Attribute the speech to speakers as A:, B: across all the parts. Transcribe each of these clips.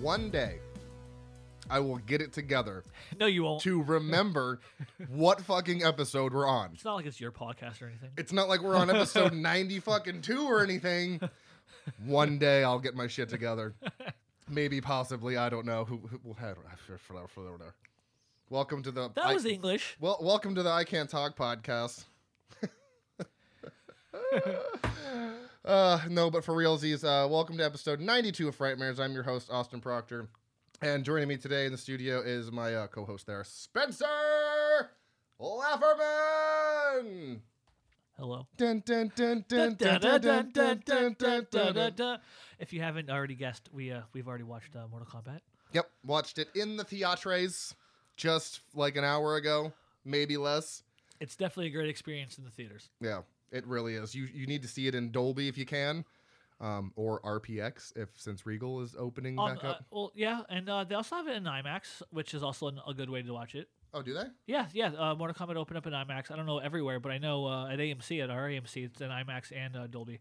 A: one day I will get it together
B: No, you won't.
A: to remember what fucking episode we're on.
B: It's not like it's your podcast or anything.
A: It's not like we're on episode 90 fucking 2 or anything. One day I'll get my shit together. Maybe, possibly, I don't know. Who, who, well, I don't know. Welcome to the
B: That
A: I-
B: was English.
A: Well, welcome to the I Can't Talk podcast. uh, no, but for realsies, uh, welcome to episode 92 of Frightmares. I'm your host, Austin Proctor. And joining me today in the studio is my uh, co host there, Spencer Lafferman.
B: Hello.
A: Dun, dun, dun, dun, dun, dun, dun, dun, dun, dun, dun, dun.
B: If you haven't already guessed, we uh, we've already watched uh, Mortal Kombat.
A: Yep, watched it in the theatres just like an hour ago, maybe less.
B: It's definitely a great experience in the theaters.
A: Yeah, it really is. You you need to see it in Dolby if you can, um, or RPX if since Regal is opening
B: On,
A: back
B: uh,
A: up.
B: well, yeah, and uh, they also have it in IMAX, which is also an, a good way to watch it.
A: Oh, do they?
B: Yeah, yeah. Uh, Mortal Kombat opened up in IMAX. I don't know everywhere, but I know uh, at AMC, at our AMC, it's in IMAX and uh, Dolby.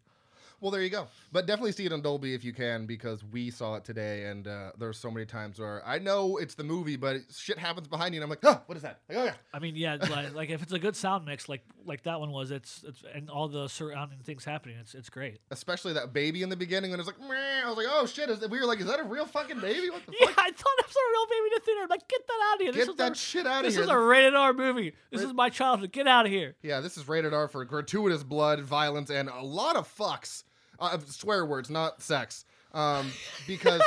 A: Well, there you go. But definitely see it in Dolby if you can because we saw it today, and uh, there's so many times where I know it's the movie, but shit happens behind you, and I'm like, oh, what is that? Like, oh yeah.
B: I mean, yeah, like, like if it's a good sound mix, like like that one was, it's it's and all the surrounding things happening, it's it's great.
A: Especially that baby in the beginning when it's like, Meh. I was like, oh shit. Is that, we were like, is that a real fucking baby? What the
B: Yeah,
A: fuck?
B: I thought it was a real baby in the theater. I'm like, get that out of here. this
A: Get
B: is
A: that
B: a,
A: shit out of
B: This
A: here.
B: is a rated R movie. This is my childhood. Get out of here.
A: Yeah, this is rated R for gratuitous blood, violence, and a lot of fucks. Uh, swear words, not sex. Um, because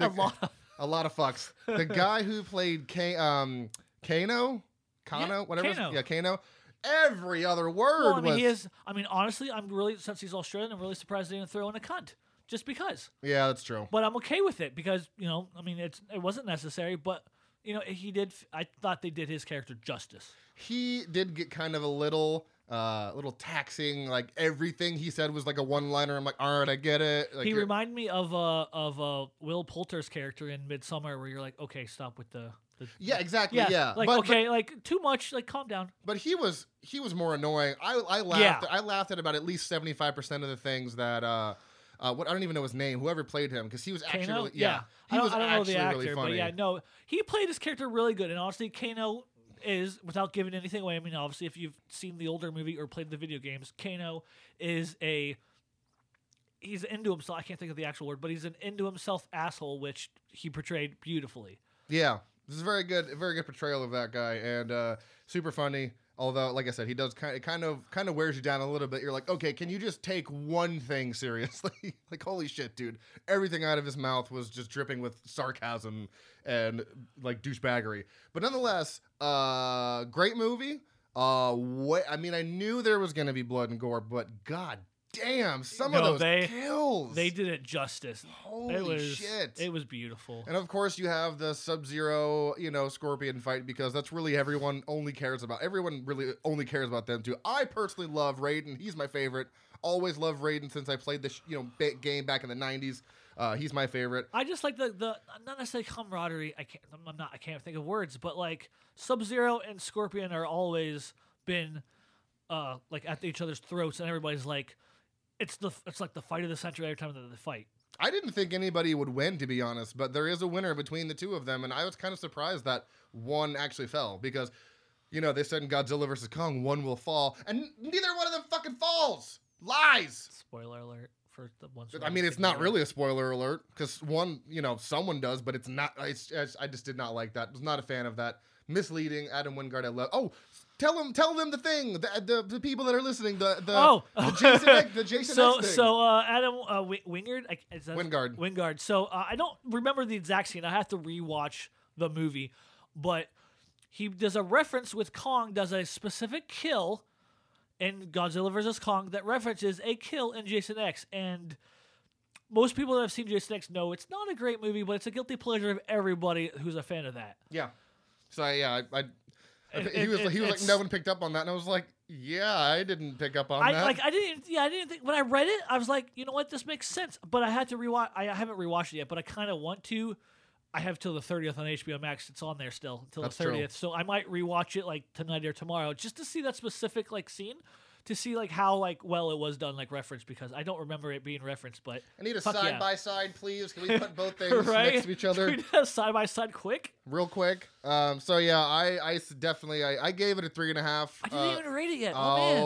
B: A lot of-
A: a lot of fucks. The guy who played K, um, Kano, Kano,
B: Yeah,
A: whatever. his-
B: Kano.
A: Yeah, Kano. Every other word
B: Well, I mean,
A: was.
B: he is. I mean, honestly, I'm really since he's Australian, I'm really surprised they didn't throw in a cunt just because.
A: yeah, that's true.
B: But I'm okay with it because you know, I mean, it's it wasn't necessary, but you know, he did. I thought they did his character justice.
A: He did get kind of a little. Uh, little taxing, like everything he said was like a one-liner. I'm like, all right, I get it. Like,
B: he
A: you're-
B: reminded me of uh of uh Will Poulter's character in Midsummer, where you're like, okay, stop with the. the
A: yeah, exactly,
B: Yeah,
A: yeah.
B: like
A: But- but
B: okay, like too much, like calm down.
A: But he was he was more annoying. I I laughed I laughed at about at least seventy five percent of the things that uh, uh what I don't even know his name whoever played him because he was actually
B: Kano?
A: really, yeah, he
B: I don't,
A: was
B: I don't know the actor,
A: actually really
B: but
A: funny.
B: yeah, no, he played his character really good. And honestly, Kano is without giving anything away. I mean, obviously, if you've seen the older movie or played the video games, Kano is a he's into himself. I can't think of the actual word, but he's an into himself asshole, which he portrayed beautifully.
A: Yeah, this is very good very good portrayal of that guy and uh super funny. Although, like I said, he does kind of, kind of kind of wears you down a little bit. You're like, okay, can you just take one thing seriously? like, holy shit, dude! Everything out of his mouth was just dripping with sarcasm and like douchebaggery. But nonetheless, uh, great movie. Uh, what I mean, I knew there was gonna be blood and gore, but god damn, some of
B: No,
A: those
B: they-
A: kills.
B: They did it justice.
A: holy
B: it was
A: shit.
B: it was beautiful.
A: And of course, you have the Sub Zero, you know, Scorpion fight because that's really everyone only cares about. Everyone really only cares about them too. I personally love Raiden. He's my favorite. Always loved Raiden since I played this, you know, ba- game back in the '90s. Uh, he's my favorite.
B: I just like the the not necessarily camaraderie. I can't. I'm- I'm not. I can't think of words. But like Sub Zero and Scorpion are always been uh like at each other's throats, and everybody's like, it's the it's like the fight of the century every time that they fight.
A: I didn't think anybody would win, to be honest, but there is a winner between the two of them, and I was kind of surprised that one actually fell because, you know, they said in Godzilla vs Kong, one will fall, and neither one of them fucking falls. Lies.
B: Spoiler alert for the ones.
A: I mean, it's not really a spoiler alert because one, you know, someone does, but it's not. It's, it's, I just did not like that. Was not a fan of that. Misleading. Adam Wingard. I love. Oh, tell them, tell them the thing. The, the, the people that are listening. The the,
B: Oh.
A: uh, the Jason. X- the Jason.
B: So
A: X thing.
B: so uh, Adam uh, Wi- Wingard. I, is that
A: Wingard.
B: Wingard. So uh, I don't remember the exact scene. I have to rewatch the movie, but he does a reference with Kong does a specific kill in Godzilla vs Kong that references a kill in Jason X and. Most people that have seen Jason X know it's not a great movie, but it's a guilty pleasure of everybody who's a fan of that.
A: Yeah. So yeah, I. I
B: It-
A: he was
B: it-
A: he was like
B: it's-
A: no one picked up on that, and I was like, yeah, I didn't pick up on
B: I
A: that.
B: like I didn't yeah I didn't think when I read it I was like you know what this makes sense but I had to rewatch I haven't rewatched it yet but I kind of want to I have till the 30th on HBO Max it's on there still till
A: That's
B: the
A: true.
B: 30th so I might rewatch it like tonight or tomorrow just to see that specific like scene to see like how like well it was done like referenced because I don't remember it being referenced, but
A: I need a
B: Fuck yeah.
A: side by side, please. Can we put both things
B: right
A: next to each other?
B: Can we do that side by side quick.
A: real quick. Um, so yeah, I, I s- definitely, I, I gave it a three and a half.
B: I didn't
A: Uh,
B: even rate it yet. Oh, man.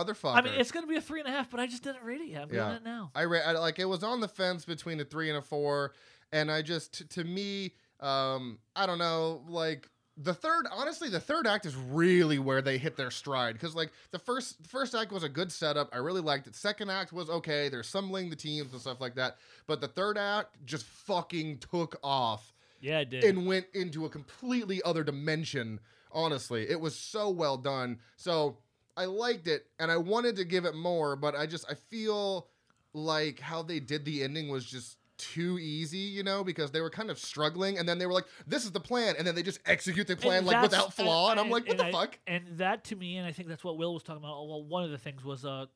A: oh motherfucker!
B: I mean, it's gonna be a three and a half, but I just didn't rate it yet. I'm doing
A: Yeah.
B: it now.
A: I ra- I- like it was on the fence between a three and a four, and I just t- to me, um, I don't know, like the third. Honestly, the third act is really where they hit their stride because like the first the first act was a good setup. I really liked it. Second act was okay. They're assembling the teams and stuff like that, but the third act just fucking took off
B: Yeah, it did.
A: and went into a completely other dimension. Honestly, it was so well done. So I liked it, and I wanted to give it more, but I just I feel like how they did the ending was just too easy, you know, because they were kind of struggling, and then they were like, "This is the plan," and then they just execute the plan
B: And
A: like
B: that's-
A: without flaw, and, I'm like, "What
B: and
A: the
B: I-
A: fuck?"
B: And that to me, and I think that's what Will was talking about. uh, Well, one of the things was uh,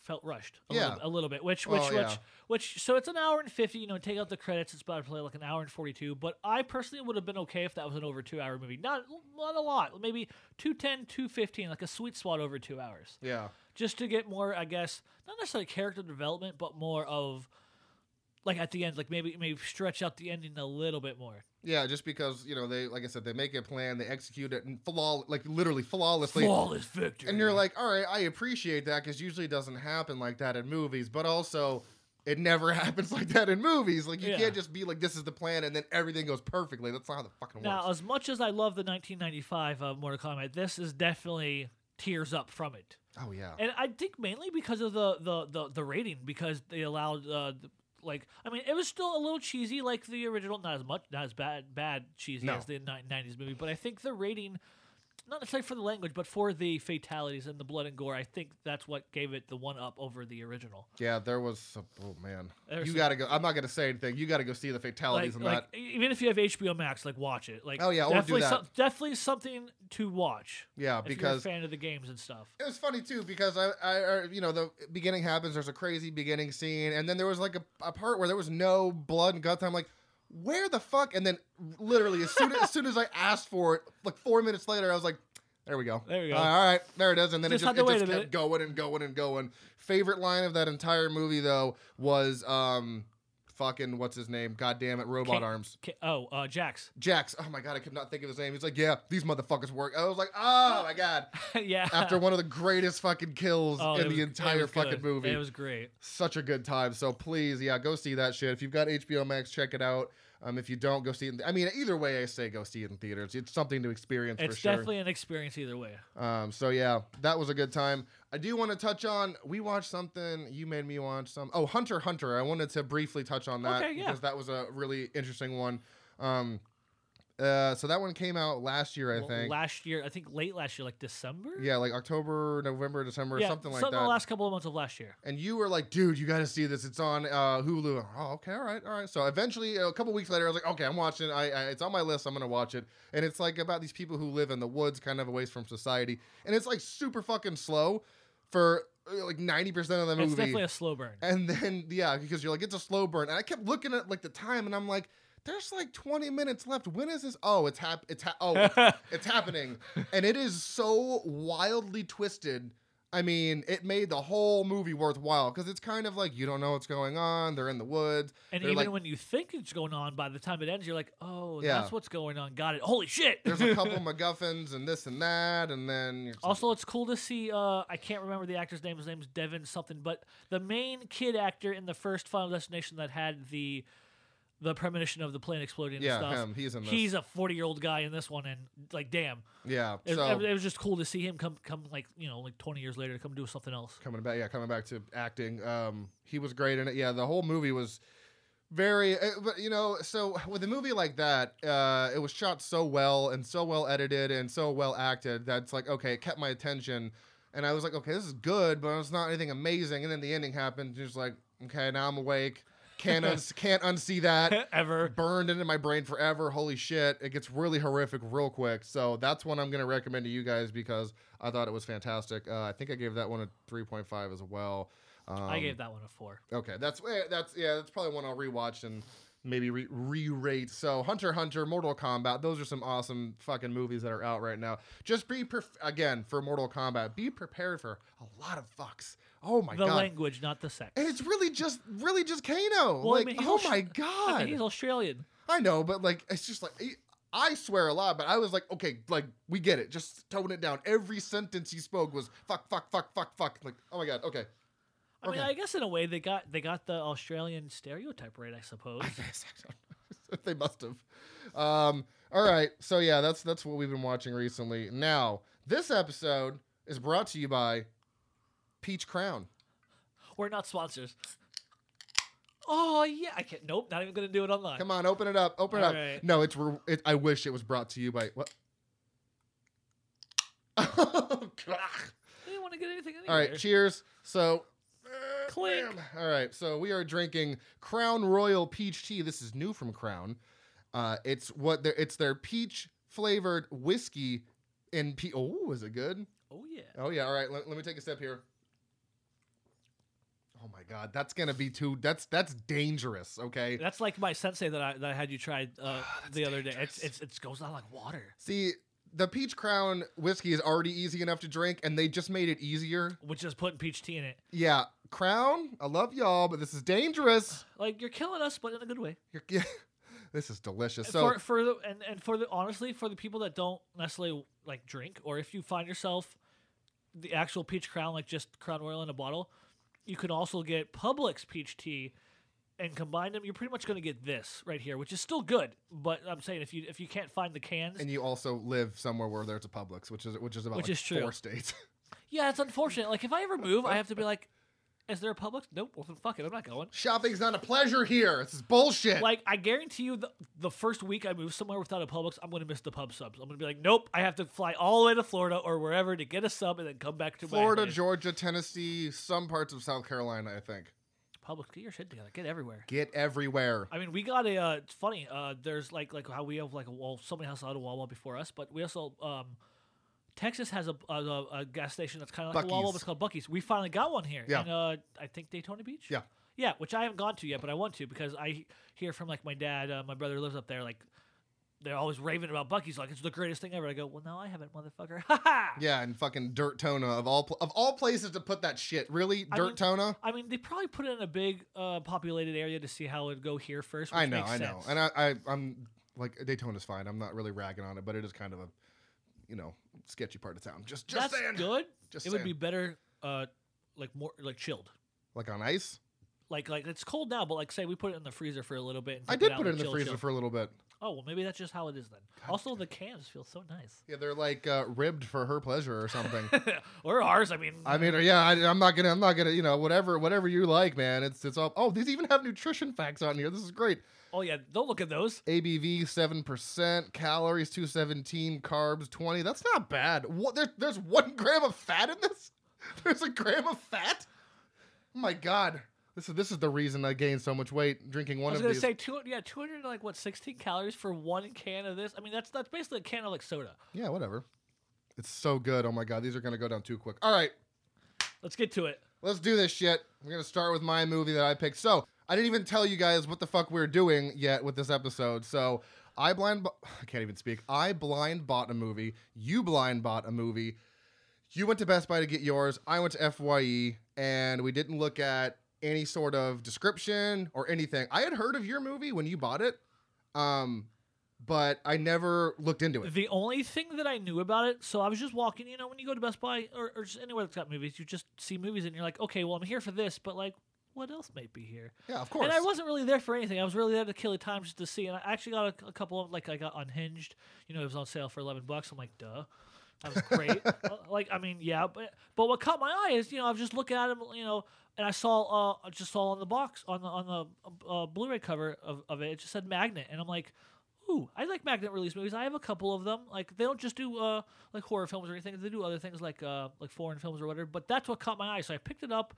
B: felt rushed. A
A: Yeah.
B: little, a little bit. Which, which,
A: Well, yeah.
B: which, which. So it's an hour and fifty. You know, take out the credits, it's about to play like an hour and forty-two. But I personally would have been okay if that was an over two-hour movie. Not, not a lot. Maybe 210, 215, like a sweet spot over two hours,
A: Yeah,
B: just to get more. I guess not necessarily character development, but more of. Like at the end, like maybe maybe stretch out the ending a little bit more.
A: yeah, just because you know they, like I said, they make a plan, they execute it, and flaw, like literally flawlessly.
B: Flawless victory.
A: And you're like, all right, I appreciate that because usually it doesn't happen like that in movies, but also it never happens like that in movies. Like you
B: Yeah.
A: can't just be like, this is the plan, and then everything goes perfectly. That's not how the fucking works.
B: Now, as much as I love the 1995 uh, Mortal Kombat, this is definitely tears up from it,
A: oh yeah,
B: and I think mainly because of the the the, the rating because they allowed. Uh, th- like I mean, it was still a little cheesy, like the original. Not as much, not as bad, bad cheesy
A: No.
B: as the ni- '90s movie. But I think the rating, not necessarily for the language, but for the fatalities and the blood and gore, I think that's what gave it the one up over the original.
A: yeah. There was some, oh man,
B: There was
A: you
B: some-
A: gotta go. I'm not gonna say anything. You gotta go see the fatalities and
B: like, like e-, even if you have HBO Max, like watch it. Like
A: Oh, yeah, or do
B: definitely,
A: that.
B: some- definitely something to watch.
A: that. Yeah,
B: if you're a
A: because
B: fan of the games and stuff.
A: it was funny too because I, I, I- you know, the beginning happens. There's a crazy beginning scene, and then there was like a, a part where there was no blood and guts. I'm like, where the fuck? And then literally as soon as, soon as I asked for it, like four minutes later, I was like, there we go.
B: There we go.
A: Uh, all right, there it is. And then
B: Just
A: it
B: had
A: just,
B: to
A: it
B: wait
A: just
B: a
A: kept
B: minute.
A: going and going and going. Favorite line of that entire movie though was, um, fucking what's his name? God damn it, robot
B: King-
A: arms.
B: K- Oh, uh, Jax.
A: Jax. Oh my god, I could not think of his name. He's like, yeah, these motherfuckers work. I was like, oh my god
B: yeah.
A: after one of the greatest fucking kills
B: Oh, it
A: in
B: was-
A: the
B: it
A: entire
B: was
A: fucking
B: good.
A: movie.
B: It was great.
A: Such a good time. So please, yeah, go see that shit. If you've got HBO Max, check it out. Um, if you don't, go see it. In I mean, either way, I say go see it in theaters. It's something to experience
B: It's
A: for sure.
B: definitely an experience either way.
A: um, so yeah, that was a good time. I do want to touch on. We watched something. You made me watch some. Oh, Hunter x Hunter. I wanted to briefly touch on that
B: Okay, yeah.
A: because that was a really interesting one. Um, uh, so that one came out last year, I
B: Well,
A: think.
B: Last year, I think late last year, like December.
A: yeah, like October, November, December,
B: Yeah,
A: something like
B: something
A: that.
B: the last couple of months of last year.
A: and you were like, dude, you got to see this. It's on uh, Hulu. Oh, okay, all right, all right. So eventually, a couple weeks later, I was like, okay, I'm watching. it. I, I it's on my list. I'm gonna watch it. And it's like about these people who live in the woods, kind of away from society, and it's like super fucking slow for uh, like 90 percent of the
B: It's
A: movie.
B: definitely a slow burn.
A: and then yeah, because you're like, it's a slow burn. And I kept looking at like the time, and I'm like. There's like 20 minutes left. When is this? Oh, it's hap- it's ha- oh, it's it's happening and it is so wildly twisted i mean it made the whole movie worthwhile because it's kind of like you don't know what's going on they're in the woods
B: and
A: they're
B: even
A: like-
B: when you think it's going on, by the time it ends, you're like, oh,
A: Yeah.
B: that's what's going on. Got it. Holy shit.
A: there's a couple macguffins and this and that and then it's like-
B: Also, it's cool to see. Uh, I can't remember the actor's name. His name's Devin something, but the main kid actor in the first Final Destination that had the the premonition of the plane exploding
A: yeah
B: and stuff.
A: him he's in this
B: He's a forty year old guy in this one, and like, damn,
A: yeah
B: it,
A: so
B: it was just cool to see him come come like you know like twenty years later to come do something else.
A: coming back yeah coming back to acting um he was great in it yeah the whole movie was very uh, but you know so with a movie like that uh it was shot so well and so well edited and so well acted that's like okay it kept my attention and i was like okay this is good but it's not anything amazing and then the ending happened just like okay now i'm awake can't uns- can't unsee that
B: Ever.
A: burned into my brain forever. Holy shit. It gets really horrific real quick. So that's one I'm going to recommend to you guys because I thought it was fantastic. Uh, I think I gave that one a 3.5 as well. Um,
B: I gave that one a four.
A: Okay. That's, eh, that's, yeah, that's probably one I'll rewatch and maybe re- re-rate. So Hunter x Hunter, Mortal Kombat, those are some awesome fucking movies that are out right now. Just be pref again for Mortal Kombat. Be prepared for a lot of fucks. Oh my
B: the
A: god.
B: language, not the sex.
A: and it's really just, really just Kano.
B: Well, I
A: like,
B: mean, he's
A: oh
B: Aus-
A: my
B: I
A: god,
B: mean, he's Australian.
A: I know, but like, it's just like, I swear a lot, but I was like, okay, like, we get it. Just tone it down. Every sentence he spoke was fuck, fuck, fuck, fuck, fuck. Like, oh my god, okay.
B: I mean,
A: Okay.
B: I guess in a way they got they got the Australian stereotype right, I suppose.
A: guess I don't know. they must have. Um, all right, so yeah, that's that's what we've been watching recently. Now, this episode is brought to you by Peach Crown.
B: We're not sponsors. Oh yeah, I can't. Nope, not even gonna do it online.
A: Come on, open it up, open it
B: All
A: up.
B: right.
A: No, it's. re- It, I wish it was brought to you by what. Oh,
B: I didn't want to get anything.
A: All right,
B: anywhere.
A: cheers. So, uh,
B: Click.
A: bam. All right, so we are drinking Crown Royal Peach Tea. This is new from Crown. Uh, it's what their it's their peach flavored whiskey in pe. Oh, is it good?
B: Oh yeah.
A: Oh yeah. All right, let, let me take a sip here. Oh my god, that's gonna be too. That's that's dangerous. Okay.
B: That's like my sensei that I that I had you try uh,
A: Ah, that's
B: the other day.
A: dangerous.
B: It's it's it goes down like water,
A: See, the Peach Crown whiskey is already easy enough to drink, and they just made it easier.
B: which is putting peach tea in it.
A: Yeah, Crown, I love y'all, but this is dangerous.
B: Like you're killing us, but in a good way.
A: You're, yeah, this is delicious. So
B: Uh, for for the and, and for the honestly for the people that don't necessarily like drink or if you find yourself the actual peach crown like just crown royal in a bottle you can also get publix peach tea and combine them you're pretty much going to get this right here which is still good but i'm saying if you if you can't find the cans
A: and you also live somewhere where there's a Publix, which is which is about
B: Which
A: like
B: is true.
A: four states.
B: yeah it's unfortunate like if i ever move i have to be like is there a publix nope well then fuck it i'm not going
A: Shopping's not a pleasure here. This is bullshit.
B: like I guarantee you, the, the first week I move somewhere without a Publix, I'm gonna miss the pub subs. I'm gonna be like, nope, I have to fly all the way to Florida or wherever to get a sub and then come back to
A: Florida,
B: My
A: Georgia, Tennessee, some parts of South Carolina, I think.
B: Publix, get your shit together, get everywhere.
A: Get everywhere.
B: I mean, we got a. Uh, it's funny. Uh, there's like like how we have like a wall. Somebody has a lot of Wawa before us, but we also um, Texas has a a, a- a gas station that's kind of like a Wawa.
A: Buc-ee's.
B: But it's called Bucky's. We finally got one here
A: Yeah.
B: in uh, I think Daytona Beach.
A: Yeah.
B: yeah, which I haven't gone to yet, but I want to because I hear from like my dad. Uh, my brother lives up there. Like they're always raving about Bucky's. Like it's the greatest thing ever. I go, well, no, I haven't, motherfucker. Ha ha.
A: Yeah, and fucking Dirt Tona of all pl- of all places to put that shit. Really,
B: I
A: Dirt
B: mean-
A: Tona.
B: I mean, they probably put it in a big uh, populated area to see how it'd go here first. Which
A: I know,
B: makes
A: I know,
B: sense.
A: and I, I I'm like Daytona's fine. I'm not really ragging on it, but it is kind of a you know sketchy part of town. Just just
B: that's
A: saying,
B: good.
A: just
B: it
A: saying.
B: would be better uh like more like chilled
A: like on ice.
B: like like it's cold now but like say we put it in the freezer for a little bit and
A: I
B: take
A: did
B: out
A: put it
B: and
A: in the
B: chill,
A: freezer
B: chill.
A: for a little bit.
B: oh well maybe that's just how it is then also the cans feel so nice
A: Yeah, they're like uh, ribbed for her pleasure or something.
B: or ours i mean
A: I mean, uh, yeah, I, I'm not gonna, I'm not gonna, you know, whatever, whatever you like, man. It's it's all. Oh, these even have nutrition facts on here. This is great.
B: oh yeah don't look at those
A: ABV seven percent, calories two seventeen, carbs twenty. That's not bad. What there, there's one gram of fat in this? There's a gram of fat? Oh my god. This is this is the reason I gained so much weight drinking
B: i
A: one
B: was
A: of
B: gonna
A: these.
B: say two yeah 200 like what 16 calories for one can of this i mean that's that's basically a can of like soda
A: yeah, whatever. It's so good. Oh my god, these are gonna go down too quick. All right,
B: let's get to it
A: let's do this shit. We're gonna start with my movie that I picked. So I didn't even tell you guys what the fuck we are doing yet with this episode. So I blind, bu- I can't even speak. I blind bought a movie. You blind bought a movie. You went to Best Buy to get yours. I went to Fye, and we didn't look at any sort of description or anything. I had heard of your movie when you bought it, um, but I never looked into it.
B: The only thing that I knew about it, so I was just walking, you know, when you go to Best Buy or, or just anywhere that's got movies, you just see movies and you're like, okay, well, I'm here for this, but like, what else might be here?
A: Yeah, of course.
B: And I wasn't really there for anything. I was really there to kill the time just to see. And I actually got a, a couple of, like, I got Unhinged, you know, it was on sale for 11 bucks. I'm like, duh. That was great. Uh, like, I mean, yeah, but but what caught my eye is, you know, I was just looking at him, you know, and I saw, uh, I just saw on the box, on the, on the uh, Blu-ray cover of, of it, it just said Magnet. And I'm like, Ooh, I like magnet release movies. I have a couple of them. Like they don't just do uh like horror films or anything. They do other things like uh like foreign films or whatever. But that's what caught my eye. So I picked it up,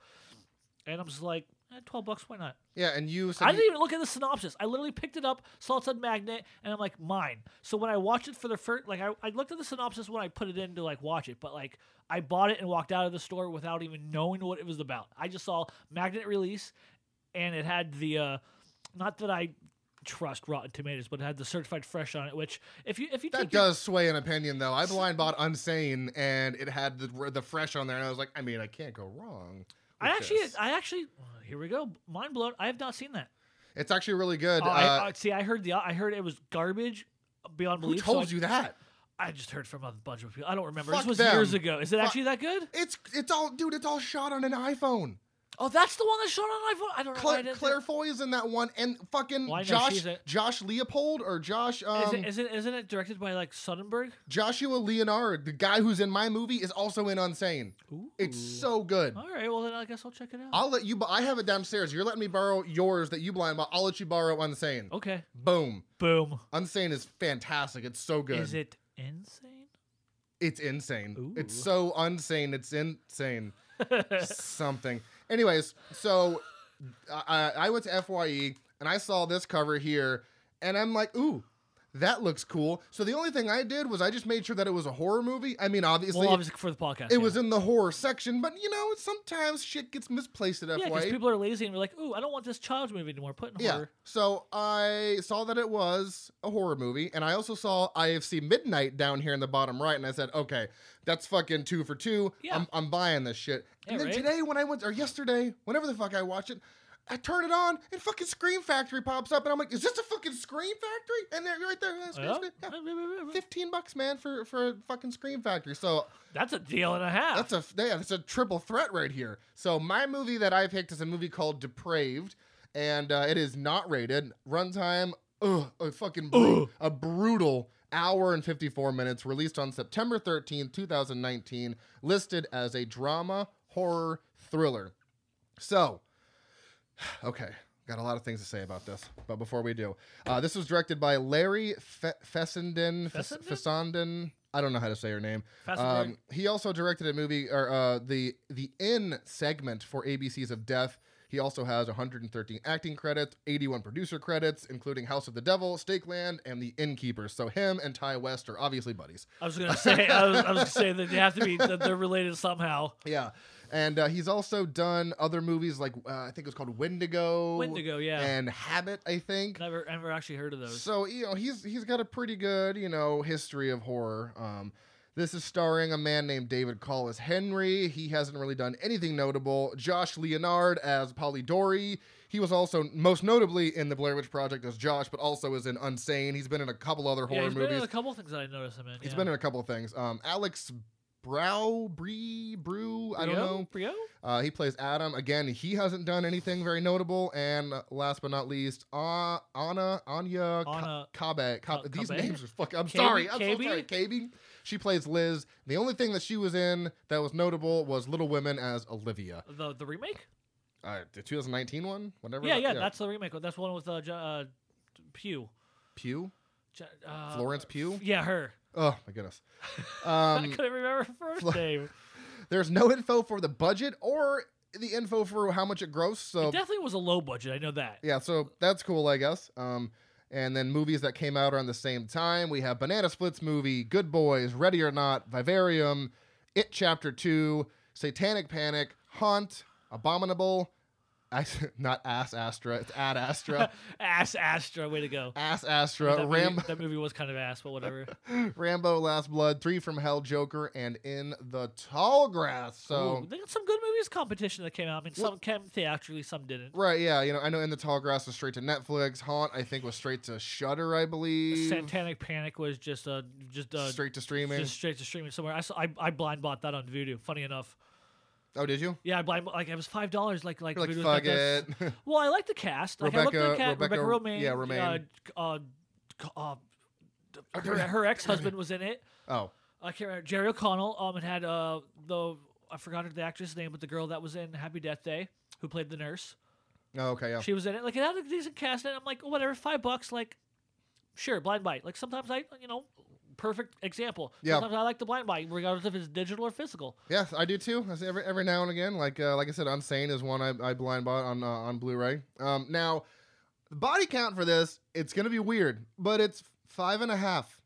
B: and I'm just like, eh, twelve bucks, why not?
A: yeah, and you said
B: I
A: you-
B: didn't even look at the synopsis. I literally picked it up, saw it said magnet, and I'm like, mine. So when I watched it for the first, like I, I looked at the synopsis when I put it in to like watch it, but like I bought it and walked out of the store without even knowing what it was about. I just saw magnet release, and it had the, uh, not that I trust Rotten Tomatoes, but it had the certified fresh on it. Which if you if you
A: That
B: take your-
A: does sway an opinion, though. I blind bought Unsane, and it had the the fresh on there, and I was like, I mean, I can't go wrong.
B: I
A: with
B: actually
A: this.
B: I actually here we go mind blown. I have not seen that.
A: it's actually really good.
B: Oh,
A: uh,
B: I, I, see, I heard the I heard it was garbage beyond
A: who
B: belief. so
A: told
B: I,
A: you that?
B: I just heard from a bunch of people. I don't remember.
A: Fuck
B: this was
A: them.
B: years ago. Is it
A: Fuck-
B: actually that good?
A: It's it's all, dude. It's all shot on an iPhone.
B: Oh, that's the one that showed on iPhone. I don't know. why I
A: Claire,
B: didn't
A: Claire Foy is in that one, and fucking
B: Well, I know
A: Josh
B: she's a-
A: Josh Leopold or Josh um,
B: think- is it, isn't, isn't it directed by like Sonnenberg?
A: Joshua Leonard, the guy who's in my movie, is also in Unsane.
B: Ooh.
A: It's so good.
B: All right, well then I guess I'll check it out.
A: I'll let you. bu- I have it downstairs. You're letting me borrow yours that you blind bought. I'll let you borrow Unsane.
B: okay.
A: Boom.
B: Boom.
A: Unsane is fantastic. It's so good.
B: Is it insane?
A: It's insane. It's
B: Ooh.
A: so unsane. It's insane. Something. Anyways, so I, I went to Fye and I saw this cover here, and I'm like, ooh. That looks cool. So the only thing I did was I just made sure that it was a horror movie. I mean, obviously,
B: Well, obviously for the podcast.
A: it was in the horror section, but you know, sometimes shit gets misplaced at E.
B: Yeah,
A: FYE.
B: because people are lazy and we're like, ooh, I don't want this child's movie anymore. Put in
A: Yeah.
B: horror.
A: So I saw that it was a horror movie, and I also saw IFC Midnight down here in the bottom right, and I said, okay, that's fucking two for two.
B: Yeah.
A: I'm, I'm buying this shit.
B: Yeah,
A: and then
B: right?
A: today, when I went, or yesterday, whenever the fuck I watch it, I turn it on, and fucking Scream Factory pops up, and I'm like, is this a fucking Scream Factory? And they're right there. uh, Scream
B: Oh, Yeah.
A: Factory. Yeah. 15 bucks, man, for, for fucking Scream Factory. So
B: That's a deal and a half.
A: that's a yeah, that's a triple threat right here. So my movie that I picked is a movie called Depraved, and uh, it is not rated. Runtime, ugh, a fucking bru-
B: Ugh.
A: a brutal hour and fifty four minutes. Released on September thirteenth, two thousand nineteen. Listed as a drama horror thriller. So, okay. Got a lot of things to say about this, but before we do, uh, this was directed by Larry Fe- Fessenden. Fes-
B: Fessenden?
A: Fessenden. I don't know how to say her name.
B: Fassbender.
A: Um, he also directed a movie or uh, the the in segment for ABCs of Death. He also has 113 acting credits, 81 producer credits, including House of the Devil, Stakeland, and The Innkeepers. So him and Ty West are obviously buddies.
B: I was gonna say I was, I was gonna say that they have to be that they're related somehow.
A: Yeah, and uh, he's also done other movies like uh, I think it was called Wendigo,
B: Wendigo, yeah.
A: and Habit. I think.
B: Never ever actually heard of those.
A: So you know he's he's got a pretty good you know history of horror. Um, this is starring a man named David Call as Henry. He hasn't really done anything notable. Josh Leonard as Polidori. He was also most notably in the Blair Witch Project as Josh, but also is in Unsane. He's been in a couple other
B: yeah,
A: horror
B: he's
A: movies.
B: been in a couple things that I noticed him in.
A: He's
B: yeah.
A: been in a couple of things. Um, Alex Brow Bree Brew. I don't
B: Brio?
A: know.
B: Brio?
A: Uh, he plays Adam. Again, he hasn't done anything very notable. And uh, last but not least, uh, Anna, Anya,
B: Anna-
A: Anna Kabe. Ka-
B: Ka-
A: These
B: Kabe?
A: names are fucking. I'm
B: Kabe?
A: sorry. I'm
B: Kabe?
A: so sorry. Kabe. She plays Liz. The only thing that she was in that was notable was Little Women as Olivia.
B: The the remake?
A: Uh, the 2019 one? Whatever.
B: Yeah,
A: that-
B: yeah, that's the remake. That's one with uh, Jo- uh Pew.
A: Pew?
B: Jo- Uh,
A: Florence Pugh?
B: Yeah, her.
A: Oh, my goodness.
B: I
A: Um,
B: couldn't remember her first
A: Flo-
B: name.
A: there's no info for the budget or the info for how much it grossed. So
B: It definitely was a low budget. I know that.
A: yeah, so that's cool, I guess. Um, and then movies that came out around the same time, we have Banana Splits movie, Good Boys, Ready or Not, Vivarium, It Chapter Two, Satanic Panic, Haunt, Abominable, I, not Ass Astra, it's Ad Astra,
B: Ass Astra, way to go.
A: Ass
B: that,
A: Astra, Rambo,
B: movie, that movie was kind of ass, but whatever.
A: Rambo, Last Blood, Three from Hell, Joker, and In the Tall Grass. So.
B: Ooh, they got some good movies competition that came out. I mean, some
A: Well-
B: came theatrically, some didn't.
A: Right, yeah, you know, I know In the Tall Grass was straight to Netflix. Haunt, I think, was straight to Shudder, I believe.
B: Satanic Panic was just uh just uh
A: straight to streaming.
B: just straight to streaming somewhere. I saw I, I blind bought that on Vudu. Funny enough,
A: oh, did you?
B: yeah, I blind like it was five dollars. Like like
A: You're like,
B: Vudu
A: fuck
B: got this-
A: it.
B: Well, I like the cast. Like, I
A: Rebecca-
B: looked at the cast.
A: Rebecca-
B: Rebecca Romaine.
A: yeah, Romaine.
B: Uh, c- uh, c- uh, her, her ex husband was in it.
A: oh,
B: I can't remember Jerry O'Connell. Um, and had uh the I forgot her the actress name, but the girl that was in Happy Death Day who played the nurse.
A: oh, okay, yeah.
B: She was in it. Like it had a decent cast, and I'm like, whatever, five bucks. Like, sure, blind bite. Like sometimes I, you know, perfect example.
A: Yeah.
B: Sometimes I like the blind bite, regardless if it's digital or physical.
A: Yes, I do too. I see Every every now and again, like uh, like I said, Unsane is one I, I blind bought on uh, on Blu-ray. Um, now, the body count for this, it's gonna be weird, but it's five and a half.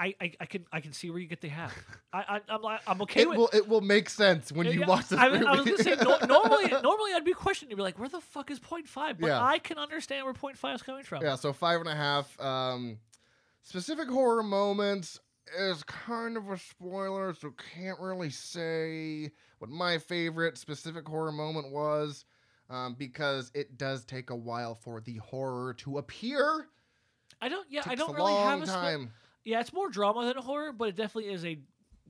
B: I, I, I can I can see where you get the hat. I, I I'm like I'm okay
A: It
B: with
A: will it will make sense when you
B: Yeah,
A: watch the
B: I, was-
A: three
B: I was gonna say
A: weeks.
B: no, normally normally I'd be questioning. You'd be like, where the fuck is point five? But
A: Yeah.
B: I can understand where point five is coming from.
A: Yeah, so five and a half. Um, specific horror moments is kind of a spoiler, so can't really say what my favorite specific horror moment was um, because it does take a while for the horror to appear.
B: I don't. Yeah, I
A: Takes
B: don't
A: a
B: really
A: long
B: have a. spe-
A: time.
B: yeah, it's more drama than horror, but it definitely is a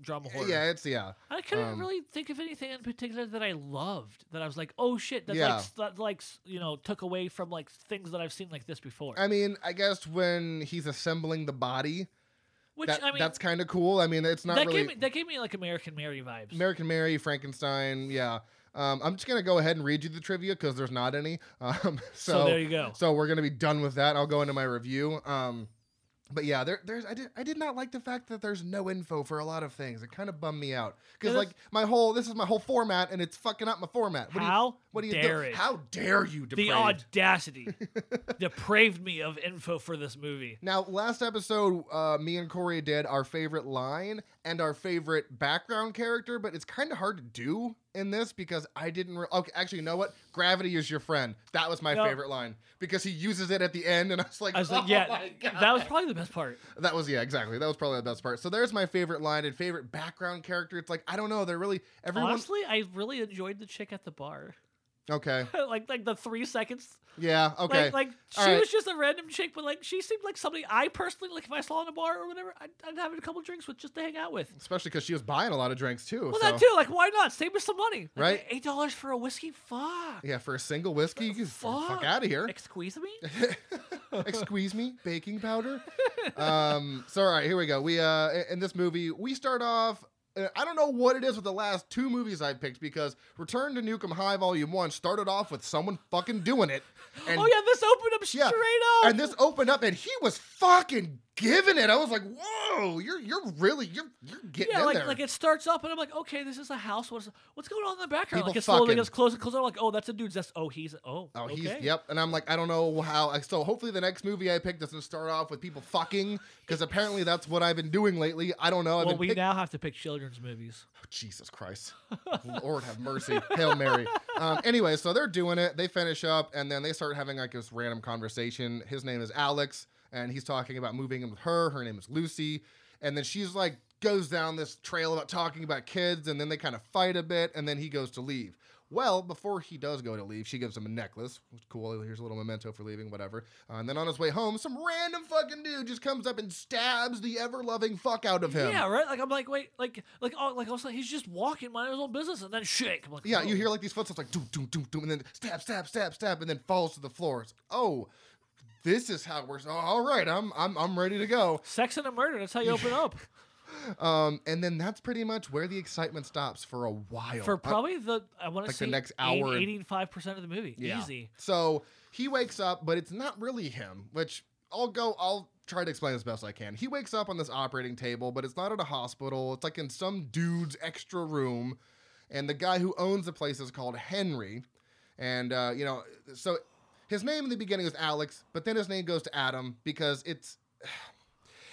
B: drama horror.
A: Yeah, it's yeah.
B: I couldn't
A: Um,
B: really think of anything in particular that I loved that I was like, oh shit, that's
A: Yeah.
B: like that like s- you know took away from like things that I've seen like this before.
A: I mean, I guess when he's assembling the body,
B: Which
A: that,
B: I mean,
A: that's kind of cool. I mean, it's not
B: that
A: really
B: gave me that gave me like American Mary vibes.
A: American Mary, Frankenstein. Yeah. Um, I'm just gonna go ahead and read you the trivia because there's not any. Um,
B: so, there you go.
A: So we're gonna be done with that. I'll go into my review. Um, but yeah, there, there's I did I did not like the fact that there's no info for a lot of things. It kind of bummed me out because
B: Yeah,
A: like my whole this is my whole format and it's fucking up my format. What do you,
B: How
A: what do you
B: dare
A: do?
B: it?
A: How dare you? Depraved?
B: the audacity depraved me of info for this movie.
A: Now, last episode, uh, me and Corey did our favorite line and our favorite background character, but it's kind of hard to do in this because I didn't. Re- okay, actually, you know what? Gravity is your friend. That was my
B: No.
A: favorite line because he uses it at the end, and I was like,
B: I was like,
A: oh
B: yeah,
A: my God.
B: that was probably the best part.
A: That was yeah, exactly. That was probably the best part. So there's my favorite line and favorite background character. It's like I don't know. They're really everyone.
B: Honestly, I really enjoyed the chick at the bar.
A: Okay.
B: like like the three seconds.
A: Yeah. Okay.
B: Like like she
A: All right.
B: was just a random chick, but like she seemed like somebody I personally like if I saw in a bar or whatever, I'd, I'd have a couple drinks with just to hang out with.
A: Especially because she was buying a lot of drinks too.
B: Well,
A: so.
B: that too. Like, why not? Save us some money. Like,
A: Right?
B: Eight dollars for a whiskey. Fuck.
A: Yeah, for a single whiskey, you can
B: Fuck.
A: fuck out of here.
B: Excuse me.
A: Excuse me, baking powder. Um, so all right, here we go. We uh, in- in this movie, we start off. uh, I don't know what it is with the last two movies I picked because Return to Nukem High Volume One started off with someone fucking doing it, and
B: oh yeah, this opened up
A: Yeah,
B: straight up.
A: and this opened up and he was fucking giving it. I was like, whoa, you're you're really you're you're getting
B: yeah,
A: in
B: like
A: there.
B: like it starts up, and I'm like, okay, this is a house. What's what's going on in the background?
A: People
B: like it slowly
A: fucking-
B: gets closer, and closer. I'm like, oh, that's a dude's. That's oh, he's oh.
A: Oh,
B: okay.
A: he's yep, and I'm like, I don't know how. like, So hopefully the next movie I pick doesn't start off with people fucking, because apparently that's what I've been doing lately. I don't know. I've
B: Well,
A: been
B: we
A: pick-
B: now have to pick children's movies.
A: Oh, Jesus Christ. Lord have mercy. Hail Mary. Um, anyway, so they're doing it. They finish up and then they start having like this random conversation. His name is Alex and he's talking about moving in with her. Her name is Lucy. And then she's like, goes down this trail about talking about kids and then they kind of fight a bit and then he goes to leave. Well, before he does go to leave, she gives him a necklace. Cool. Here's a little memento for leaving, whatever. Uh, and then on his way home, some random fucking dude just comes up and stabs the ever loving fuck out of him.
B: Yeah, right. Like I'm like, wait, like like oh, like I was like, he's just walking, minding his own business, and then shake. I'm like,
A: Yeah, you
B: oh.
A: hear like these footsteps, like doom, doom, doom, doom, and then stab, stab, stab, stab, and then falls to the floor. It's, oh, this is how we're. oh, all right, I'm, I'm, I'm ready to go.
B: Sex and a murder. That's how you open up.
A: Um, and then that's pretty much where the excitement stops for a while.
B: For
A: Uh,
B: probably the I want to
A: like the
B: say
A: next hour and-
B: eighty-five percent of the movie.
A: Uh, yeah.
B: Easy.
A: So he wakes up, but it's not really him. Which I'll go. I'll try to explain as best I can. He wakes up on this operating table, but it's not at a hospital. It's like in some dude's extra room, and the guy who owns the place is called Henry. And uh, you know, so his name in the beginning was Alex, but then his name goes to Adam because it's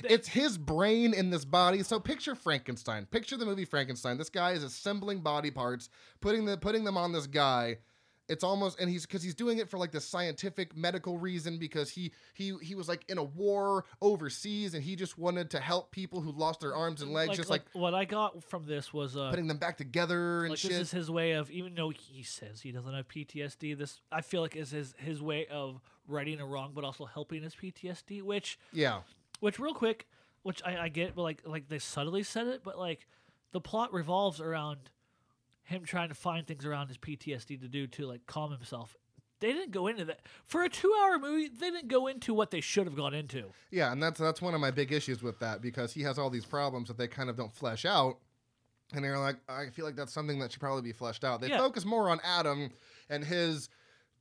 A: it's his brain in this body. So picture Frankenstein. Picture the movie Frankenstein. This guy is assembling body parts, putting the putting them on this guy. It's almost and he's because he's doing it for like the scientific medical reason because he he he was like in a war overseas and he just wanted to help people who lost their arms and legs, just like,
B: what I got from this was uh,
A: putting them back together and
B: like
A: shit.
B: this is his way of even though he says he doesn't have PTSD. This I feel like is his his way of righting a wrong, but also helping his PTSD. Which
A: yeah,
B: which real quick, which I, I get, but like like they subtly said it, but like the plot revolves around him trying to find things around his PTSD to do to like calm himself. They didn't go into that for a two-hour movie. They didn't go into what they should have gone into.
A: yeah, and that's that's one of my big issues with that because he has all these problems that they kind of don't flesh out. and they're like, I feel like that's something that should probably be fleshed out. They
B: Yeah.
A: focus more on Adam and his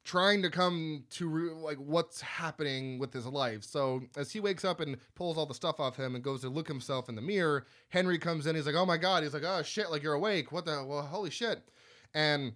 A: trying to come to re- like what's happening with his life. So as he wakes up and pulls all the stuff off him and goes to look himself in the mirror, Henry comes in. He's like, Oh my god. He's like, Oh shit. Like you're awake. What the? Well, holy shit. And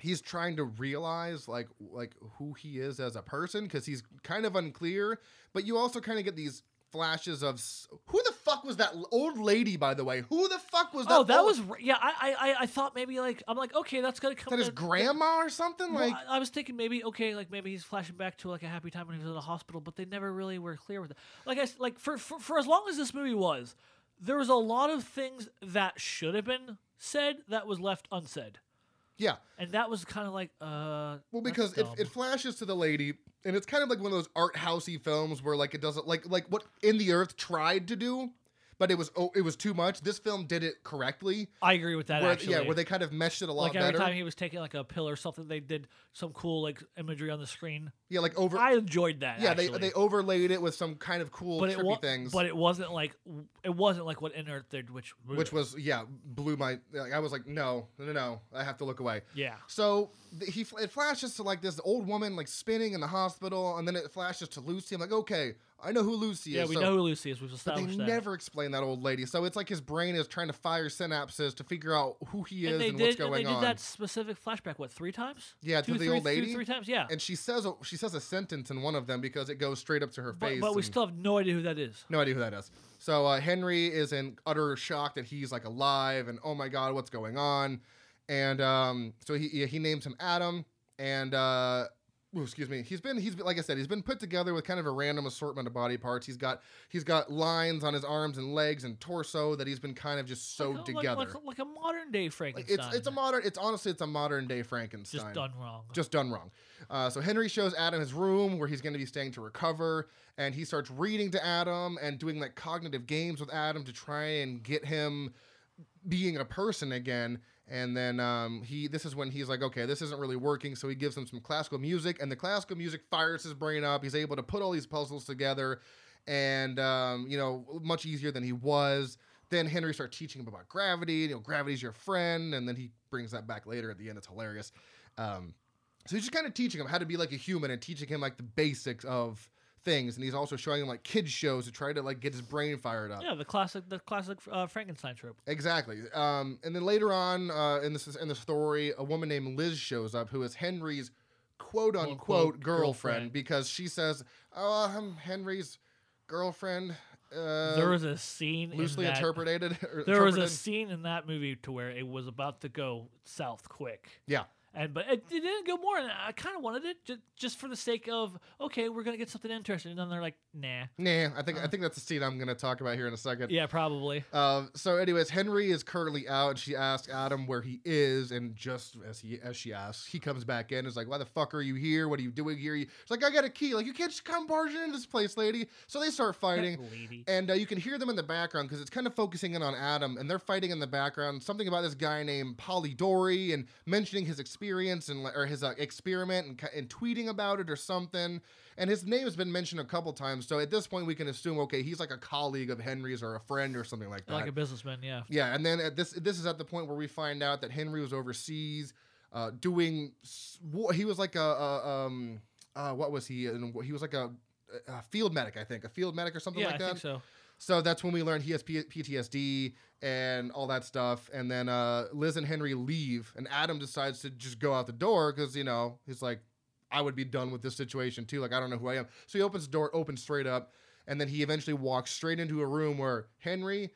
A: he's trying to realize like like who he is as a person because he's kind of unclear. But you also kind of get these flashes of s- who the fuck was that l- old lady? By the way, who the fuck was that?
B: oh, that
A: old-
B: was r- yeah. I, I I- I thought maybe like I'm like okay, that's gonna
A: Is
B: come.
A: that his
B: in-
A: grandma or something?
B: Well,
A: Like,
B: I, I was thinking maybe okay, like maybe he's flashing back to like a happy time when he was in the hospital, but they never really were clear with it. Like I s- like for for, for as long as this movie was, there was a lot of things that should have been said that was left unsaid,
A: yeah.
B: and that was kind of like uh
A: Well,
B: that's
A: because it,
B: dumb.
A: it flashes to the lady, and it's kind of like one of those art housey films where like it doesn't like like what In the Earth tried to do, but it was oh it was too much. This film did it correctly.
B: I agree with that
A: Where,
B: actually.
A: yeah, where they kind of meshed it a lot
B: like every
A: better.
B: time he was taking like a pill or something, they did some cool like imagery on the screen.
A: yeah, like over.
B: I enjoyed that.
A: yeah,
B: actually.
A: they they overlaid it with some kind of cool
B: but
A: trippy
B: it wa-
A: things.
B: but it wasn't like it wasn't like what In Earth did, which
A: which was yeah blew my like, i was like no no no no i have to look away
B: yeah.
A: so th- he fl- it flashes to like this old woman like spinning in the hospital and then it flashes to lucy i'm like okay i know who lucy
B: Yeah,
A: is
B: we
A: so-
B: know who Lucy is. We've
A: but they
B: established that.
A: never explain that old lady so it's like his brain is trying to fire synapses to figure out who he is
B: and
A: and,
B: they did,
A: what's
B: and
A: going
B: they did
A: on
B: that specific flashback. What three times?
A: yeah
B: Two,
A: to the
B: three-
A: old
B: two,
A: lady
B: three times. Yeah,
A: and she says a, she says a sentence in one of them because it goes straight up to her
B: but,
A: face
B: but we
A: and-
B: still have no idea who that is.
A: No idea who that is. So uh, Henry is in utter shock that he's like alive and oh my god, what's going on? And um, so he yeah, he names him Adam and uh, ooh, excuse me, he's been he's been, like I said, he's been put together with kind of a random assortment of body parts. He's got he's got lines on his arms and legs and torso that he's been kind of just sewed
B: like, a-
A: together.
B: like, like, like a modern day
A: Like,
B: Frankenstein.
A: it's it's a modern it's honestly it's a modern day Frankenstein
B: just done wrong.
A: just done wrong. Uh, so Henry shows Adam his room where he's going to be staying to recover, and he starts reading to Adam and doing like cognitive games with Adam to try and get him being a person again. And then um, he, this is when he's like, okay, this isn't really working. So he gives him some classical music, and the classical music fires his brain up. He's able to put all these puzzles together, and um, you know, much easier than he was. Then Henry starts teaching him about gravity. You know, gravity's your friend, and then he brings that back later at the end. It's hilarious. Um, so he's just kind of teaching him how to be like a human and teaching him like the basics of things. And he's also showing him like kids shows to try to like get his brain fired up.
B: yeah, the classic, the classic uh, Frankenstein trope.
A: Exactly. Um, and then later on uh, in this in the story, a woman named Liz shows up who is Henry's quote unquote
B: Quote-unquote
A: girlfriend,
B: girlfriend.
A: because she says, "Oh, I'm Henry's girlfriend." Uh,
B: there was a scene in
A: loosely
B: that-
A: interpreted. or
B: There was a
A: interpreted.
B: scene in that movie to where it was about to go south quick.
A: yeah.
B: And but it, it didn't go more, and I kind of wanted it just, just for the sake of okay, we're gonna get something interesting, and then they're like, nah,
A: Nah, I think I think that's the scene I'm going to talk about here in a second.
B: yeah, probably.
A: Uh, so, anyways, Henry is currently out, and she asks Adam where he is, and just as he as she asks, he comes back in. Is like, "Why the fuck are you here? What are you doing here?" He's like, "I got a key. Like, you can't just come barging into this place, lady." So they start fighting.
B: Lady.
A: And uh, you can hear them in the background because it's kind of focusing in on Adam, and they're fighting in the background. Something about this guy named Polidori and mentioning his experience and or his uh, experiment and, ki- and tweeting about it or something. And his name has been mentioned a couple times, so at this point we can assume okay, he's like a colleague of Henry's or a friend or something like that.
B: like a businessman, yeah.
A: Yeah, and then at this this is at the point where we find out that Henry was overseas, uh, doing s- war. He was like a, a um, uh, what was he? And He was like a, a field medic, I think, a field medic or something
B: yeah,
A: like
B: I
A: that.
B: think so.
A: So that's when we learned he has P- PTSD and all that stuff. And then uh, Liz and Henry leave, and Adam decides to just go out the door because you know he's like, I would be done with this situation too. Like I don't know who I am. So he opens the door, opens straight up, and then he eventually walks straight into a room where Henry,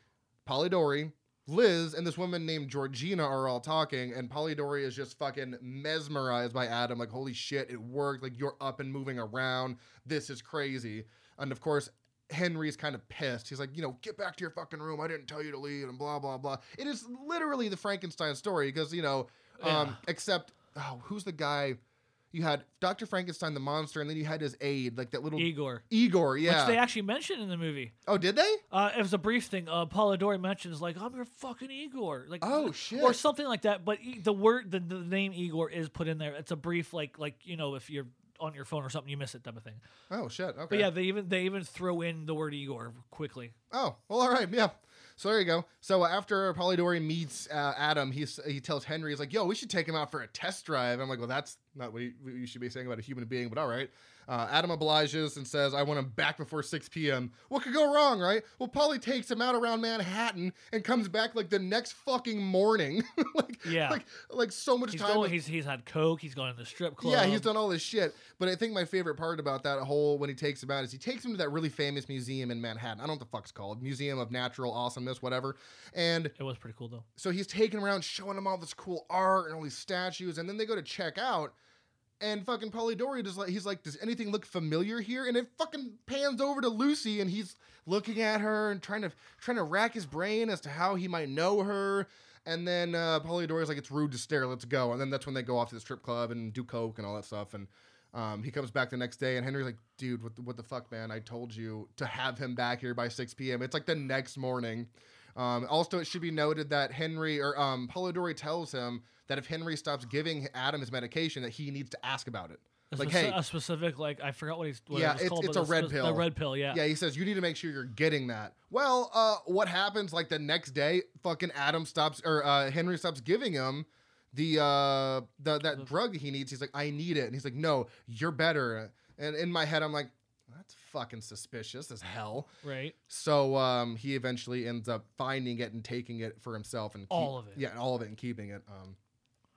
A: Polidori, Liz, and this woman named Georgina are all talking, and Polidori is just fucking mesmerized by Adam. Like holy shit, it worked. Like you're up and moving around. This is crazy. And of course, Henry's kind of pissed. He's like, you know, get back to your fucking room. I didn't tell you to leave, and blah blah blah. It is literally the Frankenstein story because you know, um,
B: Yeah.
A: except oh, who's the guy? You had Doctor Frankenstein the monster, and then you had his aide, like that little
B: Igor,
A: Igor. Yeah.
B: E- which they actually mentioned in the movie.
A: oh, did they?
B: Uh, it was a brief thing. Uh, Polidori mentions like, "I'm your fucking Igor," like,
A: Oh, shit.
B: or something like that. But e- the word, the, the name Igor is put in there. It's a brief, like, like you know, if you're on your phone or something, you miss it type of thing.
A: Oh shit. Okay.
B: But yeah, they even they even throw in the word Igor quickly.
A: Oh, well, all right, yeah. So there you go. So uh, after Polidori meets uh, Adam, he's, he tells Henry, he's like, "Yo, we should take him out for a test drive." I'm like, "Well, that's Not what you, what you should be saying about a human being, but all right. Uh, Adam obliges and says, I want him back before 6 p.m. What could go wrong, right? Well, Polly takes him out around Manhattan and comes back like the next fucking morning. like,
B: Yeah.
A: like, like so much
B: He's
A: time.
B: going. He's he's had coke. He's gone to the strip club.
A: Yeah, he's done all this shit. But I think my favorite part about that whole when he takes him out is he takes him to that really famous museum in Manhattan. I don't know what the fuck's called. Museum of Natural Awesomeness, whatever. And
B: It was pretty cool though.
A: so he's taking him around, showing him all this cool art and all these statues, and then they go to check out. And fucking Polidori just like he's like, does anything look familiar here? And it fucking pans over to Lucy, and he's looking at her and trying to trying to rack his brain as to how he might know her. And then uh, Polidori's like, it's rude to stare, let's go. And then that's when they go off to the strip club and do coke and all that stuff. And um, he comes back the next day, and Henry's like, dude, what the, what the fuck, man? I told you to have him back here by 6 p.m. It's like the next morning. Um, also, it should be noted that Henry or um, Polidori tells him that if Henry stops giving Adam his medication, that he needs to ask about it.
B: A,
A: Like,
B: speci-
A: hey-
B: a specific like I forgot what he's. What
A: Yeah,
B: it was
A: it's-
B: called,
A: it's
B: but
A: a
B: the
A: red
B: spec-
A: pill.
B: The red pill. Yeah.
A: Yeah, he says you need to make sure you're getting that. Well, uh, what happens like the next day? Fucking Adam stops or uh, Henry stops giving him the uh, the that drug that he needs. He's like, I need it, and he's like, No, you're better. And in my head, I'm like, That's fucking suspicious as hell.
B: Right.
A: So um, he eventually ends up finding it and taking it for himself and keep-
B: All of it.
A: Yeah, all of it and keeping it. Um,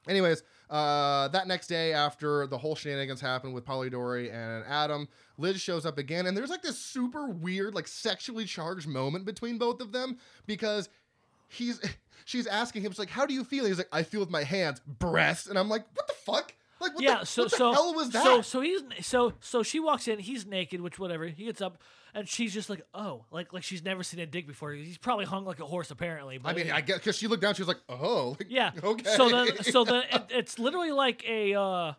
A: anyways, uh, that next day after the whole shenanigans happened with Polidori and Adam, Liz shows up again, and there's like this super weird, like sexually charged moment between both of them because he's she's asking him, she's like, "How do you feel?" He's like, "I feel with my hands, breasts," and I'm like, "What the fuck?" Like, what
B: yeah.
A: the,
B: so
A: what the
B: so
A: hell was that?
B: so so he's so so she walks in. He's naked, which whatever. He gets up and she's just like oh like like she's never seen a dick before. He's probably hung like a horse apparently. But
A: I mean, I guess because she looked down, she was like, "Oh, like,
B: Yeah.
A: okay."
B: So then, so then it, it's literally like a, uh,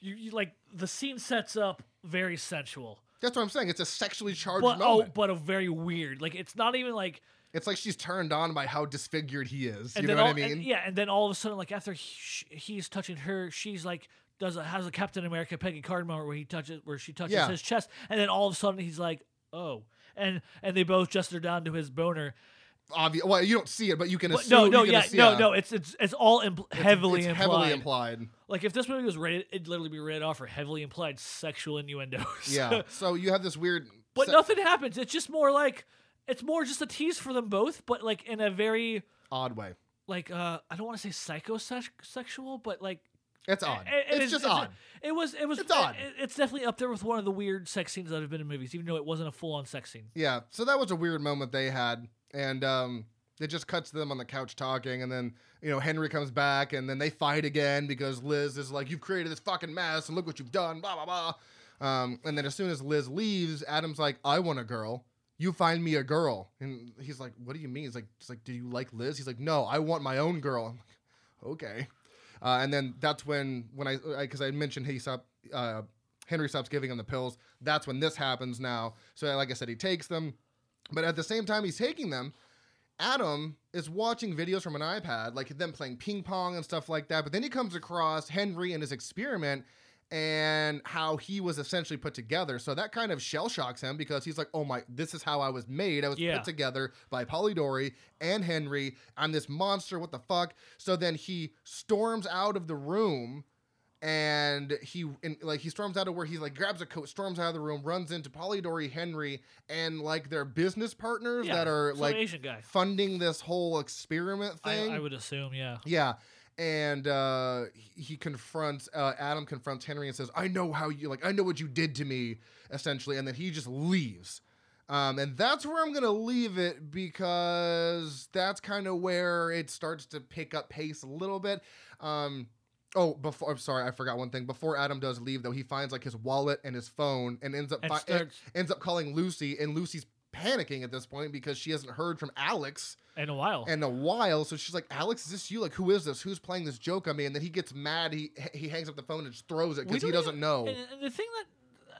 B: you, you like the scene sets up very sensual,
A: That's what I'm saying. It's a sexually charged
B: but oh,
A: moment.
B: but a very weird. Like it's not even like,
A: It's like she's turned on by how disfigured he is.
B: and
A: you
B: then
A: know what
B: all,
A: I mean?
B: and- yeah, and then all of a sudden, like after he, sh- he's touching her, she's like. Does a, has a Captain America Peggy Carter moment where he touches where she touches
A: Yeah.
B: his chest and then all of a sudden he's like oh and and they both gesture down to his boner
A: Obvious. Well, you don't see it, but you can
B: but
A: assume.
B: no no
A: you can
B: yeah
A: assume-
B: no
A: yeah.
B: no it's it's it's all impl- heavily
A: it's
B: implied
A: heavily implied.
B: Like if this movie was rated, it'd literally be rated off for heavily implied sexual innuendos.
A: Yeah. so you have this weird.
B: but
A: se-
B: nothing happens. It's just more like it's more just a tease for them both, but like in a very
A: odd way.
B: like uh I don't want to say psychosexual, but like
A: It's odd.
B: it- it
A: it's
B: is-
A: just odd.
B: It was it was
A: It's odd.
B: it- it's definitely up there with one of the weird sex scenes that have been in movies, even though it wasn't a full on sex scene.
A: yeah. So that was a weird moment they had, and um, it just cuts to them on the couch talking, and then you know Henry comes back, and then they fight again because Liz is like, "You've created this fucking mess, and look what you've done." Blah blah blah. Um, and then as soon as Liz leaves, Adam's like, "I want a girl." you find me a girl. And he's like, what do you mean? He's like, it's like, do you like Liz? He's like, no, I want my own girl. I'm like, okay. Uh, and then that's when, when I, I cause I mentioned he stopped, uh, Henry stops giving him the pills. That's when this happens now. So like I said, he takes them, but at the same time he's taking them, Adam is watching videos from an iPad, like them playing ping pong and stuff like that. But then he comes across Henry and his experiment and how he was essentially put together. So that kind of shell shocks him because he's like, oh my, this is how I was made. I was
B: Yeah.
A: put together by Polidori and Henry. I'm this monster. What the fuck? So then he storms out of the room and he and, like he storms out of where he like grabs a coat, storms out of the room, runs into Polidori, Henry, and like their business partners
B: Yeah,
A: that are
B: some
A: like
B: Asian guy.
A: funding this whole experiment
B: I,
A: thing.
B: I would assume, yeah.
A: Yeah. And uh, he- he confronts uh, Adam confronts Henry and says, "I know how you like. I know what you did to me, essentially." And then he just leaves. Um, and that's where I'm gonna leave it because that's kind of where it starts to pick up pace a little bit. Um, oh, before I'm sorry, I forgot one thing. Before Adam does leave, though, he finds like his wallet and his phone and ends up
B: And
A: fi-
B: starts
A: ends up calling Lucy, and Lucy's panicking at this point because she hasn't heard from Alex
B: in a while.
A: in a while. So she's like, Alex, is this you? Like, who is this? Who's playing this joke on me? And then he gets mad. He he hangs up the phone and just throws it
B: We
A: because he
B: don't
A: doesn't
B: even-
A: know.
B: And, and the thing that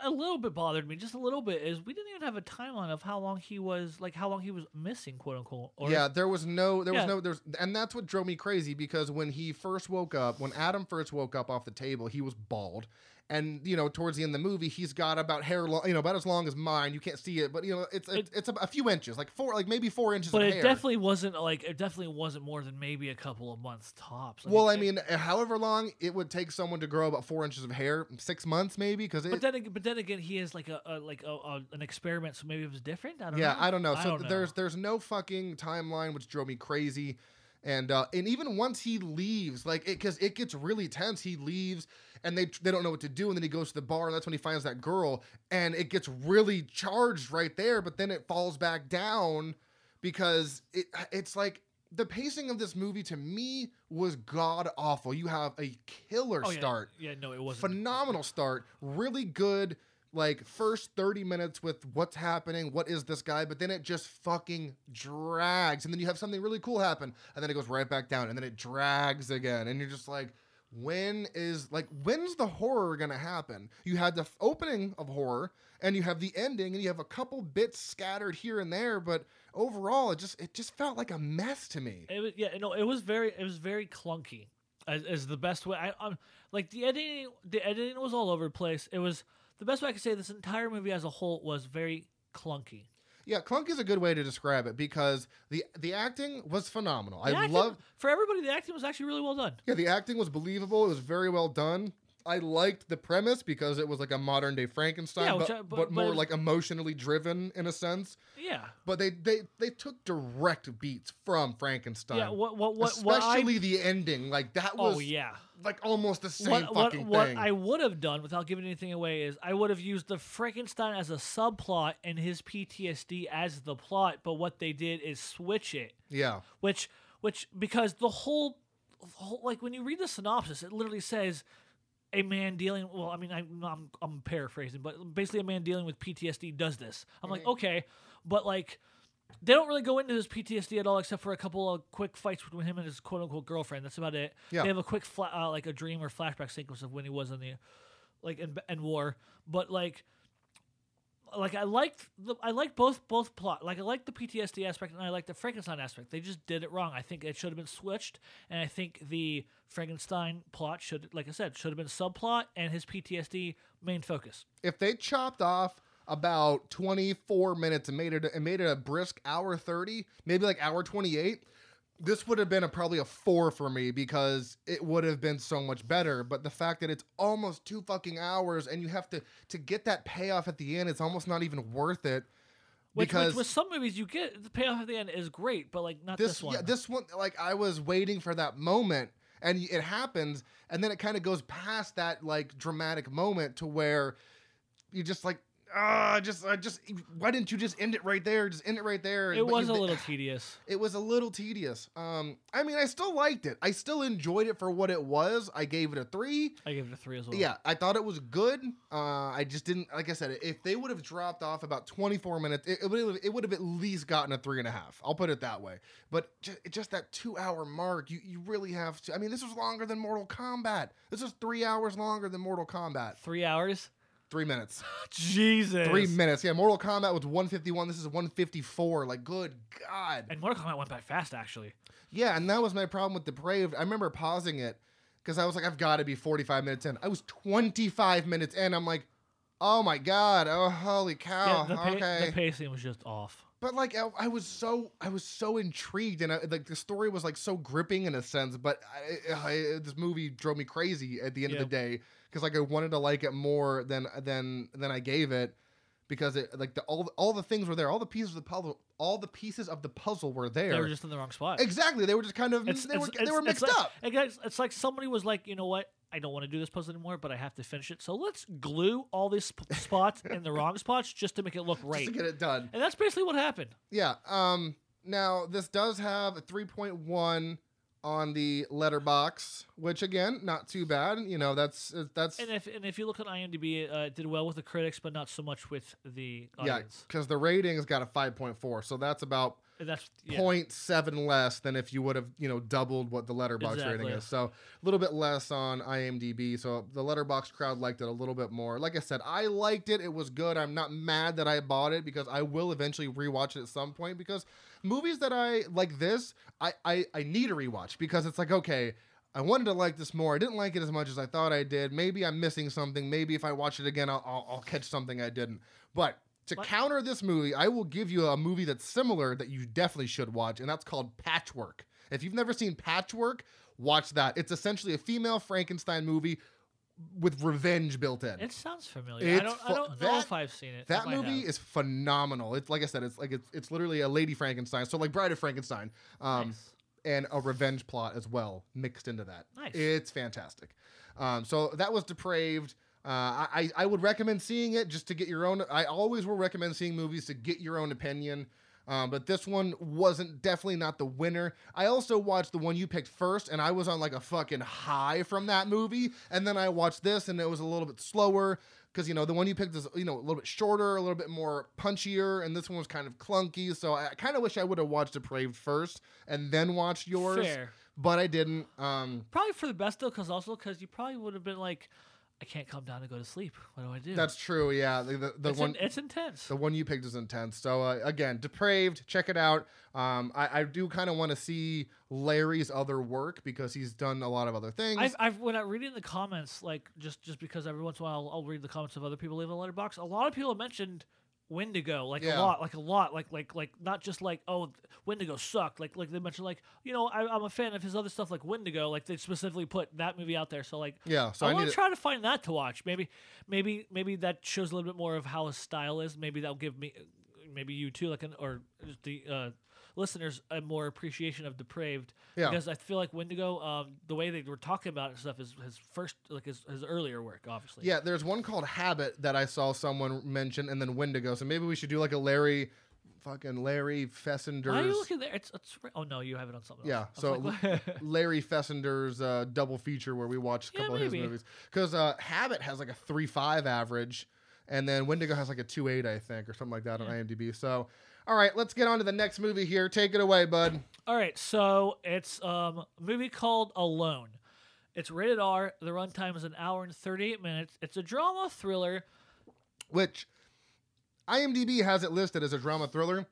B: a little bit bothered me, just a little bit, is we didn't even have a timeline of how long he was, like how long he was missing, quote unquote. Or
A: yeah, there was no, there
B: Yeah.
A: was no, there's, and that's what drove me crazy because when he first woke up, when Adam first woke up off the table, he was bald, And you know, towards the end of the movie, he's got about hair long, you know, about as long as mine. You can't see it, but you know, it's it's,
B: It-
A: it's a, a few inches, like four, like maybe four inches.
B: But
A: of
B: it
A: hair.
B: definitely wasn't like it definitely wasn't more than maybe a couple of months tops.
A: Well, I
B: it-
A: mean, however long it would take someone to grow about four inches of hair, six months maybe, because
B: but
A: it.
B: then ag- but then again, he is like a, a like a, a, an experiment, so maybe it was different. I don't
A: yeah,
B: know.
A: I don't know. So
B: don't
A: there's there's no fucking timeline, which drove me crazy, and uh, and even once he leaves, like it because it gets really tense. He leaves, and they they don't know what to do, and then he goes to the bar, and that's when he finds that girl, and it gets really charged right there, but then it falls back down because it it's like. The pacing of this movie to me was god awful. You have a killer
B: Oh, yeah.
A: start.
B: Yeah, no, it wasn't
A: phenomenal start really good like first 30 minutes with what's happening what is this guy but then it just fucking drags and then you have something really cool happen and then it goes right back down and then it drags again and you're just like when is like when's the horror gonna happen you had the f- opening of horror and you have the ending and you have a couple bits scattered here and there but overall it just it just felt like a mess to me
B: It was, yeah, no, it was very, it was very clunky. As, as the best way, I, I'm like the editing. The editing was all over the place. It was the best way I could say. This entire movie as a whole was very clunky.
A: yeah clunk is a good way to describe it because the the acting was phenomenal
B: The
A: i
B: acting-
A: love
B: for everybody. The acting was actually really well done.
A: Yeah, the acting was believable. It was very well done. I liked the premise because it was like a modern day Frankenstein,
B: Yeah, which
A: but,
B: I- but-
A: but,
B: but it
A: more
B: was-
A: like emotionally driven in a sense.
B: Yeah,
A: But they they they took direct beats from Frankenstein.
B: yeah. What, what, what, what I,
A: especially the ending, like that was
B: oh yeah.
A: like almost the same
B: what,
A: fucking
B: what
A: thing.
B: I would have done without giving anything away is I would have used the Frankenstein as a subplot and his PTSD as the plot. But what they did is switch it
A: yeah,
B: which which because the whole, whole like when you read the synopsis it literally says a man dealing well i mean I'm, I'm i'm paraphrasing but basically a man dealing with ptsd does this i'm like okay but like they don't really go into his ptsd at all except for a couple of quick fights between him and his quote-unquote girlfriend that's about it
A: Yeah.
B: they have a quick fla- uh, like a dream or flashback sequence of when he was in the like in, in war but like like I liked the I liked both both plot. Like I liked the PTSD aspect and I liked the Frankenstein aspect. They just did it wrong. I think it should have been switched, and I think the Frankenstein plot should, like I said, should have been subplot and his PTSD main focus.
A: if they chopped off about 24 minutes and made it and made it a brisk hour 30 maybe like hour 28 this would have been a probably a four for me because it would have been so much better but the fact that it's almost two fucking hours and you have to to get that payoff at the end it's almost not even worth it
B: Which,
A: because
B: which with some movies you get the payoff at the end is great, but like not
A: this,
B: this, one.
A: Yeah, this one, like I was waiting for that moment, and y- it happens, and then it kind of goes past that like dramatic moment to where you just like, ah, just, I just, why didn't you just end it right there? Just end it right there.
B: it
A: But you-
B: was a
A: they-
B: little tedious.
A: it was a little tedious. Um, I mean, I still liked it. I still enjoyed it for what it was. I gave it a three.
B: I gave it a three as well.
A: Yeah, I thought it was good. Uh, I just didn't, like I said, if they would have dropped off about 24 minutes, it, it, would have, it would have at least gotten a three and a half. I'll put it that way. But just, just that two hour mark, you, you really have to. I mean, this was longer than Mortal Kombat. This is three hours longer than Mortal Kombat.
B: three hours.
A: Three minutes.
B: Jesus,
A: Three minutes. Yeah, Mortal Kombat was 151. This is 154. Like, good God.
B: And Mortal Kombat went by fast actually.
A: Yeah, and that was my problem with Depraved. I remember pausing it because I was like, I've got to be 45 minutes in. I was 25 minutes in. I'm like, oh my God. Oh, holy cow.
B: yeah, the, pa-
A: okay.
B: the pacing was just off.
A: but like, I, I was so, I was so intrigued and I, like the story was like so gripping in a sense, but I, I, this movie drove me crazy at the end
B: Yeah.
A: of the day because like I wanted to like it more than, than, than I gave it because it like the, all, all the things were there. All the pieces of the puzzle, all the pieces of the puzzle were there.
B: They were just in the wrong spot.
A: Exactly. They were just kind of they were they were mixed
B: like,
A: up.
B: I guess it's like somebody was like, you know what? I don't want to do this puzzle anymore, but I have to finish it. So let's glue all these sp- spots in the wrong spots just to make it look right.
A: Just to get it done.
B: and that's basically what happened.
A: Yeah. Um now this does have a 3.1 on the letterbox, which again, not too bad. You know, that's that's
B: And if and if you look at IMDb, uh, it did well with the critics, but not so much with the
A: yeah,
B: audience.
A: cuz the rating's got a 5.4. So that's about
B: And that's yeah.
A: 0.7 less than if you would have, you know, doubled what the letterbox rating
B: Exactly.
A: is. So a little bit less on IMDb. So the letterbox crowd liked it a little bit more. Like I said, I liked it. It was good. I'm not mad that I bought it because I will eventually rewatch it at some point because movies that I like this, I I, I need to rewatch because it's like, okay, I wanted to like this more. I didn't like it as much as I thought I did. Maybe I'm missing something. Maybe if I watch it again, I'll, I'll, I'll catch something I didn't. But to
B: What?
A: counter this movie, I will give you a movie that's similar that you definitely should watch, and that's called Patchwork. If you've never seen Patchwork, watch that. It's essentially a female Frankenstein movie with revenge built in.
B: It sounds familiar.
A: It's
B: I don't,
A: fu-
B: I don't know
A: that-
B: if I've seen it. I
A: That
B: might
A: movie
B: have.
A: is phenomenal. It's like I said, it's like it's, it's literally a Lady Frankenstein, so like Bride of Frankenstein, um,
B: Nice.
A: and a revenge plot as well mixed into that.
B: Nice.
A: It's fantastic. Um, so that was depraved. Uh, I I I would recommend seeing it just to get your own. I always will recommend seeing movies to get your own opinion. Um, but this one wasn't definitely not the winner. I also watched the one you picked first, and I was on like a fucking high from that movie. And then I watched this, and it was a little bit slower because you know the one you picked is you know a little bit shorter, a little bit more punchier, and this one was kind of clunky. So I kind of wish I would have watched Depraved first and then watched yours,
B: Fair.
A: but I didn't. Um,
B: Probably for the best though, because also because you probably would have been like, I can't calm down to go to sleep. What do I do?
A: that's true. Yeah, the, the, the
B: it's,
A: one
B: in- it's intense.
A: The one you picked is intense. So uh, again, depraved. Check it out. Um, I, I do kind of want to see Larry's other work because he's done a lot of other things.
B: I've, I've when I read in the comments, like just just because every once in a while I'll, I'll read the comments of other people leaving a letterbox. A lot of people have mentioned Wendigo, like
A: Yeah.
B: a lot, like a lot, like like like not just like oh th- Wendigo sucked, like like they mentioned like you know I, I'm a fan of his other stuff like Wendigo, like they specifically put that movie out there. So like
A: yeah, so I,
B: I want
A: need
B: to
A: to
B: try to find that to watch. Maybe maybe maybe that shows a little bit more of how his style is. Maybe that'll give me maybe you too like an or just the uh, listeners a more appreciation of depraved
A: yeah.
B: because I feel like Wendigo, um, the way they were talking about it and stuff is his first, like his, his earlier work, obviously.
A: Yeah, there's one called Habit that I saw someone mention, and then Wendigo. So maybe we should do like a Larry, fucking Larry Fessender's.
B: Why are you looking there? It's, it's right- oh no, you have it on something.
A: Yeah,
B: else. I
A: so
B: was like, what?
A: Larry Fessender's uh, double feature where we watched a
B: Yeah,
A: couple of his
B: maybe.
A: movies. Because uh, Habit has like a three five average, and then Wendigo has like a two eight I think, or something like that on IMDb. So, all right, let's get on to the next movie here. Take it away, bud.
B: all right, so it's um, a movie called Alone. It's rated R. The runtime is an hour and thirty-eight minutes. It's a drama thriller.
A: Which IMDb has it listed as a drama thriller.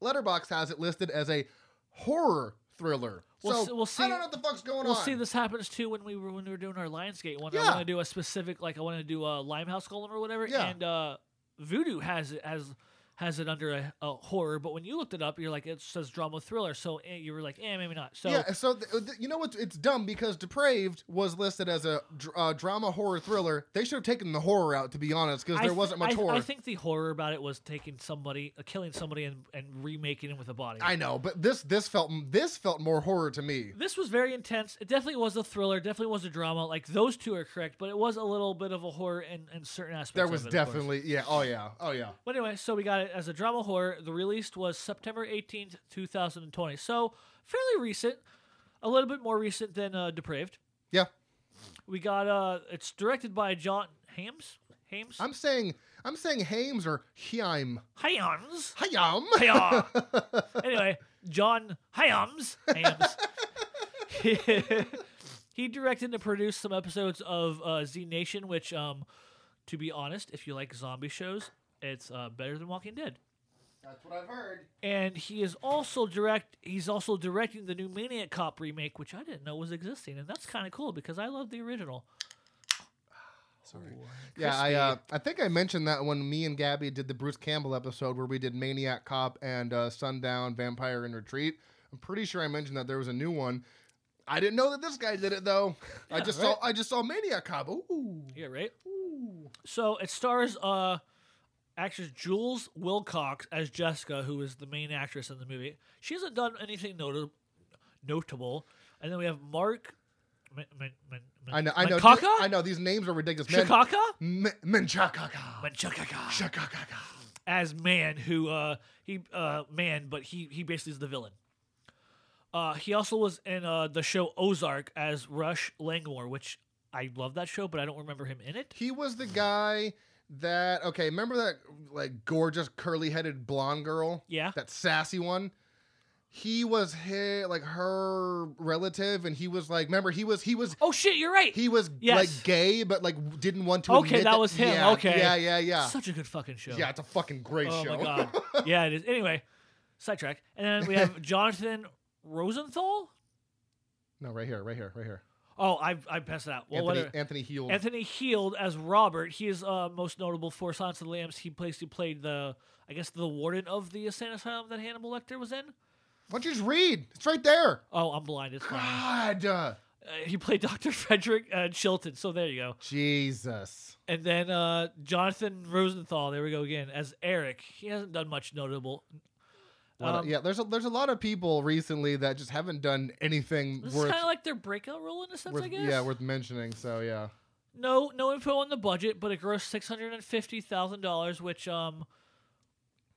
A: Letterbox has it listed as a horror thriller.
B: We'll
A: so
B: see- we'll
A: I
B: see-
A: don't know what the fuck's going
B: We'll
A: on.
B: see. This happens too when we were when we were doing our Lionsgate one. I
A: Yeah.
B: want to do a specific, like I want to do a Limehouse column or whatever.
A: Yeah.
B: And uh, Voodoo has it as has it under a, a horror, but when you looked it up, you're like it says drama thriller. So eh, you were like, eh, maybe not. So
A: yeah, so th- th- you know what? It's dumb because Depraved was listed as a dr- uh, drama horror thriller. They should have taken the horror out, to be honest, because
B: I
A: there
B: th-
A: wasn't
B: I
A: much
B: th-
A: horror.
B: I think the horror about it was taking somebody, uh, killing somebody, and, and remaking it with a body.
A: I know, but this this felt this felt more horror to me.
B: this was very intense. It definitely was a thriller. Definitely was a drama. Like those two are correct, but it was a little bit of a horror in, in certain aspects.
A: There
B: of
A: was
B: it, of course.
A: definitely yeah, oh yeah, oh yeah.
B: But anyway, so we got it as a drama horror. The release was September 18th, 2020. So fairly recent, a little bit more recent than uh, Depraved.
A: Yeah.
B: We got uh it's directed by John Hams. Hams.
A: I'm saying I'm saying Hames or Hyam.
B: Hams.
A: Hyam.
B: Hiya. anyway, John Hams. Hams. he directed and produced some episodes of uh, Z Nation, which, um, to be honest, if you like zombie shows, it's uh, better than Walking Dead.
A: That's what I've heard.
B: and he is also direct. He's also directing the new Maniac Cop remake, which I didn't know was existing, and that's kind of cool because I love the original.
A: Sorry. Yeah, I uh, I think I mentioned that when me and Gabby did the Bruce Campbell episode where we did Maniac Cop and uh, Sundown Vampire in Retreat. I'm pretty sure I mentioned that there was a new one. I didn't know that this guy did it though. I
B: Yeah,
A: just
B: right.
A: saw I just saw Maniac Cop. Ooh.
B: Yeah, right.
A: Ooh.
B: So it stars uh, actress Jules Wilcox as Jessica, who is the main actress in the movie. She hasn't done anything notable. Notable, and then we have Mark. Man, man, man,
A: I know I know
B: Mankaka?
A: I know these names are ridiculous. Man-
B: Shikaka?
A: M- Menchakaka.
B: Manchakaka.
A: Shakakaka.
B: as man who uh he uh man but he he basically is the villain uh he also was in uh the show ozark as rush langmore which i love that show but i don't remember him in it
A: He was the guy that okay, remember that like gorgeous curly-headed blonde girl?
B: yeah
A: that sassy one. He was her, like her relative, and he was like, remember, he was he was
B: oh shit you're right
A: he was
B: Yes.
A: like gay, but like didn't want to.
B: Okay,
A: admit
B: that was him.
A: Yeah,
B: Okay.
A: yeah, yeah, yeah,
B: such a good fucking show
A: yeah. It's a fucking great
B: oh
A: show.
B: my god yeah it is anyway sidetrack and then we have jonathan rosenthal
A: No, right here, right here, right here.
B: Oh, I I passed it out. Well,
A: Anthony,
B: whatever.
A: Anthony Heald.
B: Anthony Heald as Robert. He is uh, most notable for Silence of the Lambs. He plays he played the I guess the warden of the insane asylum that Hannibal Lecter was in.
A: Why don't you just read? It's right there.
B: Oh, I'm blind. It's fine.
A: God, uh,
B: Uh, he played Doctor Frederick uh, Chilton. So there you go.
A: Jesus.
B: And then uh, Jonathan Rosenthal. There we go again as Eric. He hasn't done much notable.
A: What a-
B: Um,
A: yeah, there's a, there's a lot of people recently that just haven't done anything
B: This is
A: worth,
B: kind of like their breakout role in a sense, I
A: worth
B: guess.
A: yeah worth mentioning. So yeah,
B: no no info on the budget, but it grossed six hundred and fifty thousand dollars, which um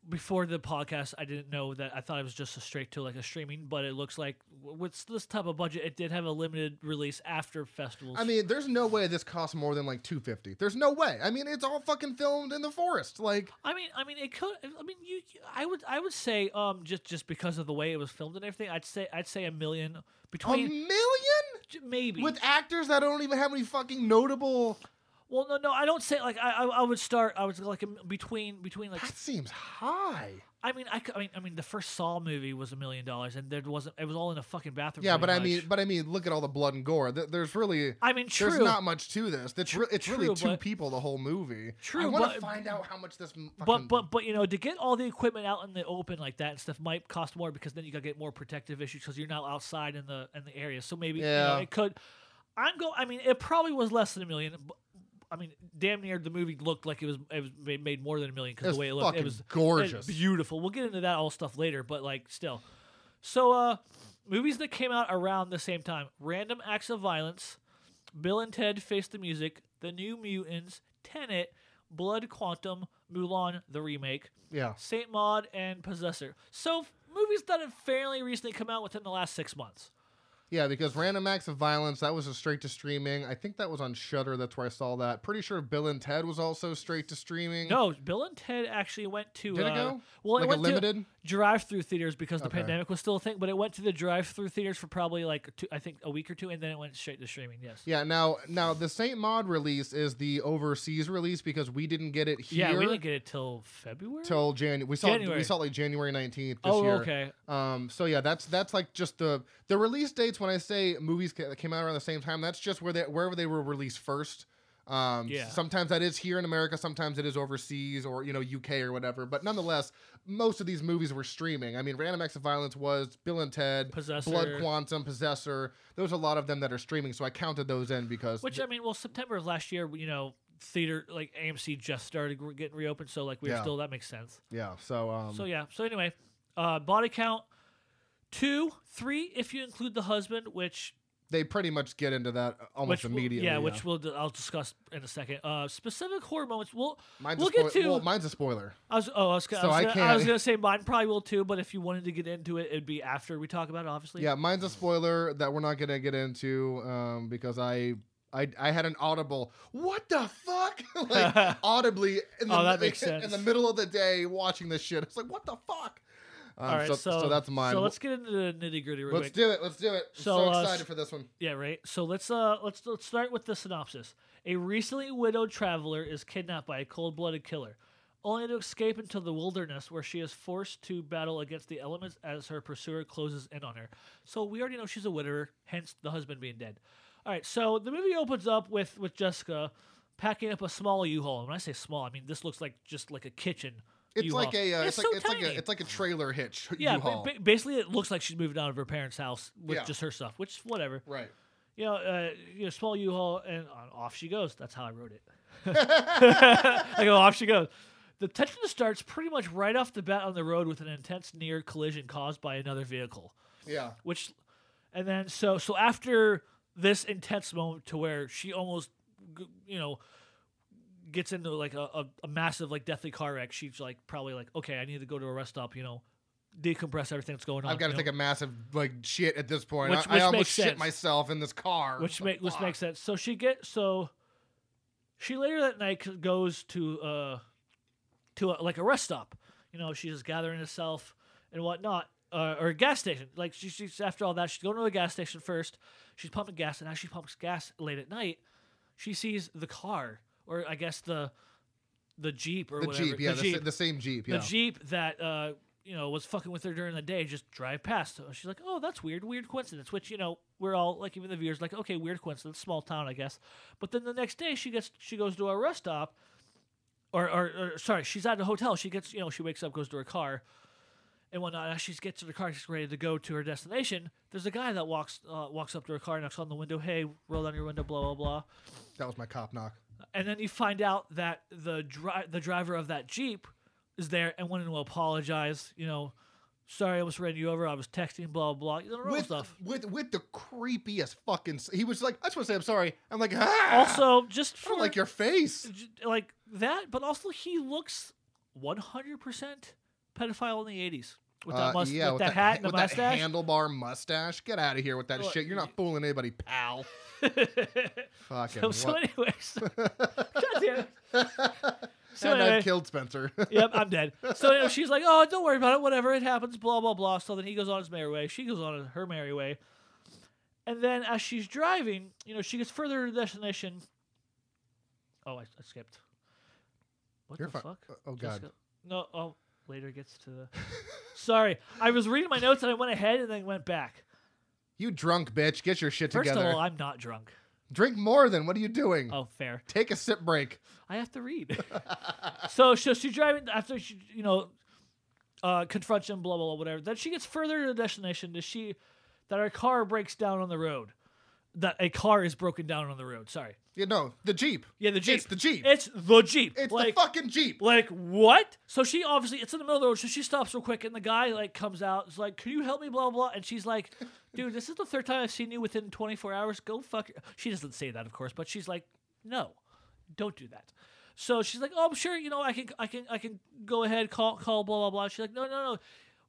B: before the podcast I didn't know that I thought it was just a straight to like a streaming, but it looks like w- with this type of budget, it did have a limited release after festivals.
A: I mean, there's no way this costs more than like two fifty. There's no way. I mean, it's all fucking filmed in the forest. Like,
B: I mean, I mean, it could. I mean, you. you- I would. I would say, um, just just because of the way it was filmed and everything, I'd say, I'd say a million
A: a
B: between
A: million
B: j- maybe.
A: Um, with actors that don't even have any fucking notable.
B: well, no, no, I don't say like I. I, I would start. I was like in between between like.
A: That seems high.
B: I mean, I, cou- I mean, I mean, the first Saw movie was a million dollars, and there wasn't. It was all in a fucking bathroom.
A: Yeah,
B: pretty
A: but I
B: much.
A: mean, but I mean, look at all the blood and gore. Th- There's really.
B: I mean, true,
A: There's not much to this. It's, re- it's really
B: true,
A: two
B: but-
A: people the whole movie. I
B: True,
A: want to
B: but-
A: find out how much this. m-
B: but
A: Fucking,
B: but but you know, to get all the equipment out in the open like that and stuff might cost more because then you gotta get more protective issues because you're now outside in the in the area. So maybe you
A: Yeah.
B: know, it could. I'm go. I mean, it probably was less than a million. But, I mean, damn near the movie looked like it was it was made, made more than a million
A: It
B: because
A: was
B: the way it looked,
A: fucking
B: it was
A: gorgeous.
B: it's beautiful. We'll get into that all stuff later, but like still. So uh movies that came out around the same time. Random Acts of Violence, Bill and Ted Face the Music, The New Mutants, Tenet, Blood Quantum, Mulan the remake,
A: yeah,
B: Saint Maud and Possessor. So f- movies that have fairly recently come out within the last 6 months.
A: yeah, because Random Acts of Violence that was a straight to streaming. I think that was on Shutter. That's where I saw that. Pretty sure Bill and Ted was also straight to streaming.
B: No, Bill and Ted actually went to
A: Did it
B: uh,
A: go?
B: well, it
A: Like a
B: went to-
A: limited?
B: drive-through theaters because the
A: Okay.
B: pandemic was still a thing, but it went to the drive-through theaters for probably like two, I think a week or two, and then it went straight to streaming. Yes.
A: Yeah, now now the Saint Maud release is the overseas release because we didn't get it here
B: Yeah, we didn't get it till February.
A: till January. We saw
B: January.
A: we saw it like January nineteenth this
B: oh,
A: year.
B: okay.
A: Um, so yeah, that's that's like just the the release dates. When I say movies ca- came out around the same time, that's just where they wherever they were released first. Um,
B: Yeah.
A: Sometimes that is here in America. Sometimes it is overseas or you know UK or whatever. But nonetheless, most of these movies were streaming. I mean, Random Acts of Violence was Bill and Ted,
B: Possessor.
A: Blood Quantum, Possessor. There's a lot of them that are streaming, so I counted those in because
B: Which I mean, well, September of last year, you know, theater like AMC just started re- getting reopened, so like we
A: Yeah.
B: were still that makes sense.
A: yeah. So um,
B: so yeah. So anyway, uh, body count two, three if you include the husband, which
A: they pretty much get into that uh, almost
B: which we'll-
A: immediately.
B: yeah, which we'll d- I'll discuss in a second. Uh, specific horror moments. Well,
A: mine's
B: we'll
A: a spoil-
B: get to.
A: well, mine's a spoiler.
B: I was, oh, I was, gonna-
A: So
B: I
A: I
B: was, gonna, I was
A: can't-
B: gonna say mine probably will too, but if you wanted to get into it, it'd be after we talk about it, obviously.
A: Yeah, mine's a spoiler that we're not gonna get into um, because I, I I had an audible. What the fuck? like audibly in the,
B: Oh, that makes
A: in
B: sense.
A: the middle of the day watching this shit. It's like what the fuck? Um,
B: All right.
A: so,
B: So,
A: so that's mine.
B: So let's get into the nitty gritty.
A: let's do it. Let's do it. I'm
B: So,
A: so,
B: uh,
A: excited for this one.
B: Yeah, right. So let's uh let's let's start with the synopsis. A recently widowed traveler is kidnapped by a cold-blooded killer, only to escape into the wilderness where she is forced to battle against the elements as her pursuer closes in on her. So we already know she's a widower, hence the husband being dead. All right, so the movie opens up with with Jessica packing up a small U-Haul. And when I say small, I mean this looks like just like a kitchen.
A: It's
B: U-Haul.
A: like a uh, it's,
B: It's
A: like
B: so
A: it's like
B: tiny.
A: a it's like a trailer hitch.
B: yeah.
A: U-Haul.
B: Ba- ba- basically, it looks like she's moving out of her parents' house with
A: Yeah.
B: just her stuff, which whatever
A: right.
B: you know, uh, you know, small U-Haul, and on, off she goes. That's how I wrote it. I go off she goes. The tension starts pretty much right off the bat on the road with an intense near collision caused by another vehicle,
A: Yeah.
B: which, and then so so after this intense moment to where she almost, g- you know, gets into like a, a, a massive like deathly car wreck. She's like probably like, okay, I need to go to a rest stop, you know, decompress everything that's going on.
A: I've got to
B: you know?
A: take a massive like shit at this point.
B: Which-
A: I, I
B: which
A: almost
B: makes
A: shit
B: sense.
A: myself in this car.
B: which
A: The
B: make which
A: fuck?
B: makes sense. So she get so she later that night c- goes to uh to a, like a rest stop. You know, she's just gathering herself and whatnot, uh, or a gas station. Like she, she's after all that, she's going to a gas station first. She's pumping gas, and as she pumps gas late at night, she sees the car, or I guess the the jeep or
A: the
B: whatever
A: jeep. Yeah, the,
B: the
A: sa-
B: jeep
A: the same jeep. Yeah.
B: the jeep that uh, you know, was fucking with her during the day, just drive past. So she's like, "Oh, that's weird, weird coincidence." Which you know, we're all like, even the viewers, like, "Okay, weird coincidence, small town, I guess." But then the next day, she gets she goes to a rest stop, or or, or sorry, she's at a hotel. She gets you know, she wakes up, goes to her car, and whatnot. As she gets to the car, she's ready to go to her destination. There's a guy that walks uh, walks up to her car, knocks on the window, "Hey, roll down your window, blah blah blah."
A: That was my cop knock.
B: and then you find out that the dri- the driver of that jeep is there and wanted to apologize. You know, sorry I was ran you over. I was texting, blah blah. blah. You know, normal
A: With,
B: stuff.
A: with with the creepiest fucking. s- He was like, I just want to say I'm sorry. I'm like, ah!
B: Also, just
A: I
B: for
A: don't like your face.
B: j- like that, but also he looks one hundred percent pedophile in the eighties with that
A: Uh,
B: must-
A: yeah,
B: with that hat
A: ha-
B: and the
A: with
B: mustache.
A: that handlebar mustache. Get out of here with that
B: Look,
A: shit. You're not fooling anybody, pal. Fucking
B: so, so
A: what?
B: anyways, God damn it. So
A: and
B: anyway,
A: I've killed Spencer.
B: yep, I'm dead. So you know, she's like, "Oh, don't worry about it. Whatever, it happens." Blah blah blah. So then he goes on his merry way. She goes on her merry way. And then as she's driving, you know, she gets further to the destination. Oh, I, I skipped. What
A: You're
B: the
A: fine.
B: fuck?
A: Oh
B: Just
A: god.
B: go- no. Oh, later gets to the. Sorry, I was reading my notes and I went ahead and then went back.
A: You drunk bitch. Get your shit
B: First
A: together.
B: of all, I'm not drunk.
A: Drink more then. What are you doing?
B: Oh, fair.
A: Take a sip break.
B: I have to read. so, so she's driving after she, you know, uh, confronts him, blah blah blah, whatever. Then she gets further to the destination. That she, that her car breaks down on the road. That a car is broken down on the road. Sorry.
A: You know, the Jeep.
B: Yeah, the jeep.
A: It's the Jeep.
B: It's the jeep.
A: It's
B: like,
A: the fucking Jeep.
B: Like what? So she obviously it's in the middle of the road, so she stops real quick, and the guy like comes out, is like, "Can you help me?" Blah blah, and she's like, "Dude, this is the third time I've seen you within 24 hours. Go fuck." your-" She doesn't say that, of course, but she's like, "No, don't do that." So she's like, "Oh, I'm sure you know I can I can I can go ahead call call blah blah blah." She's like, "No no no,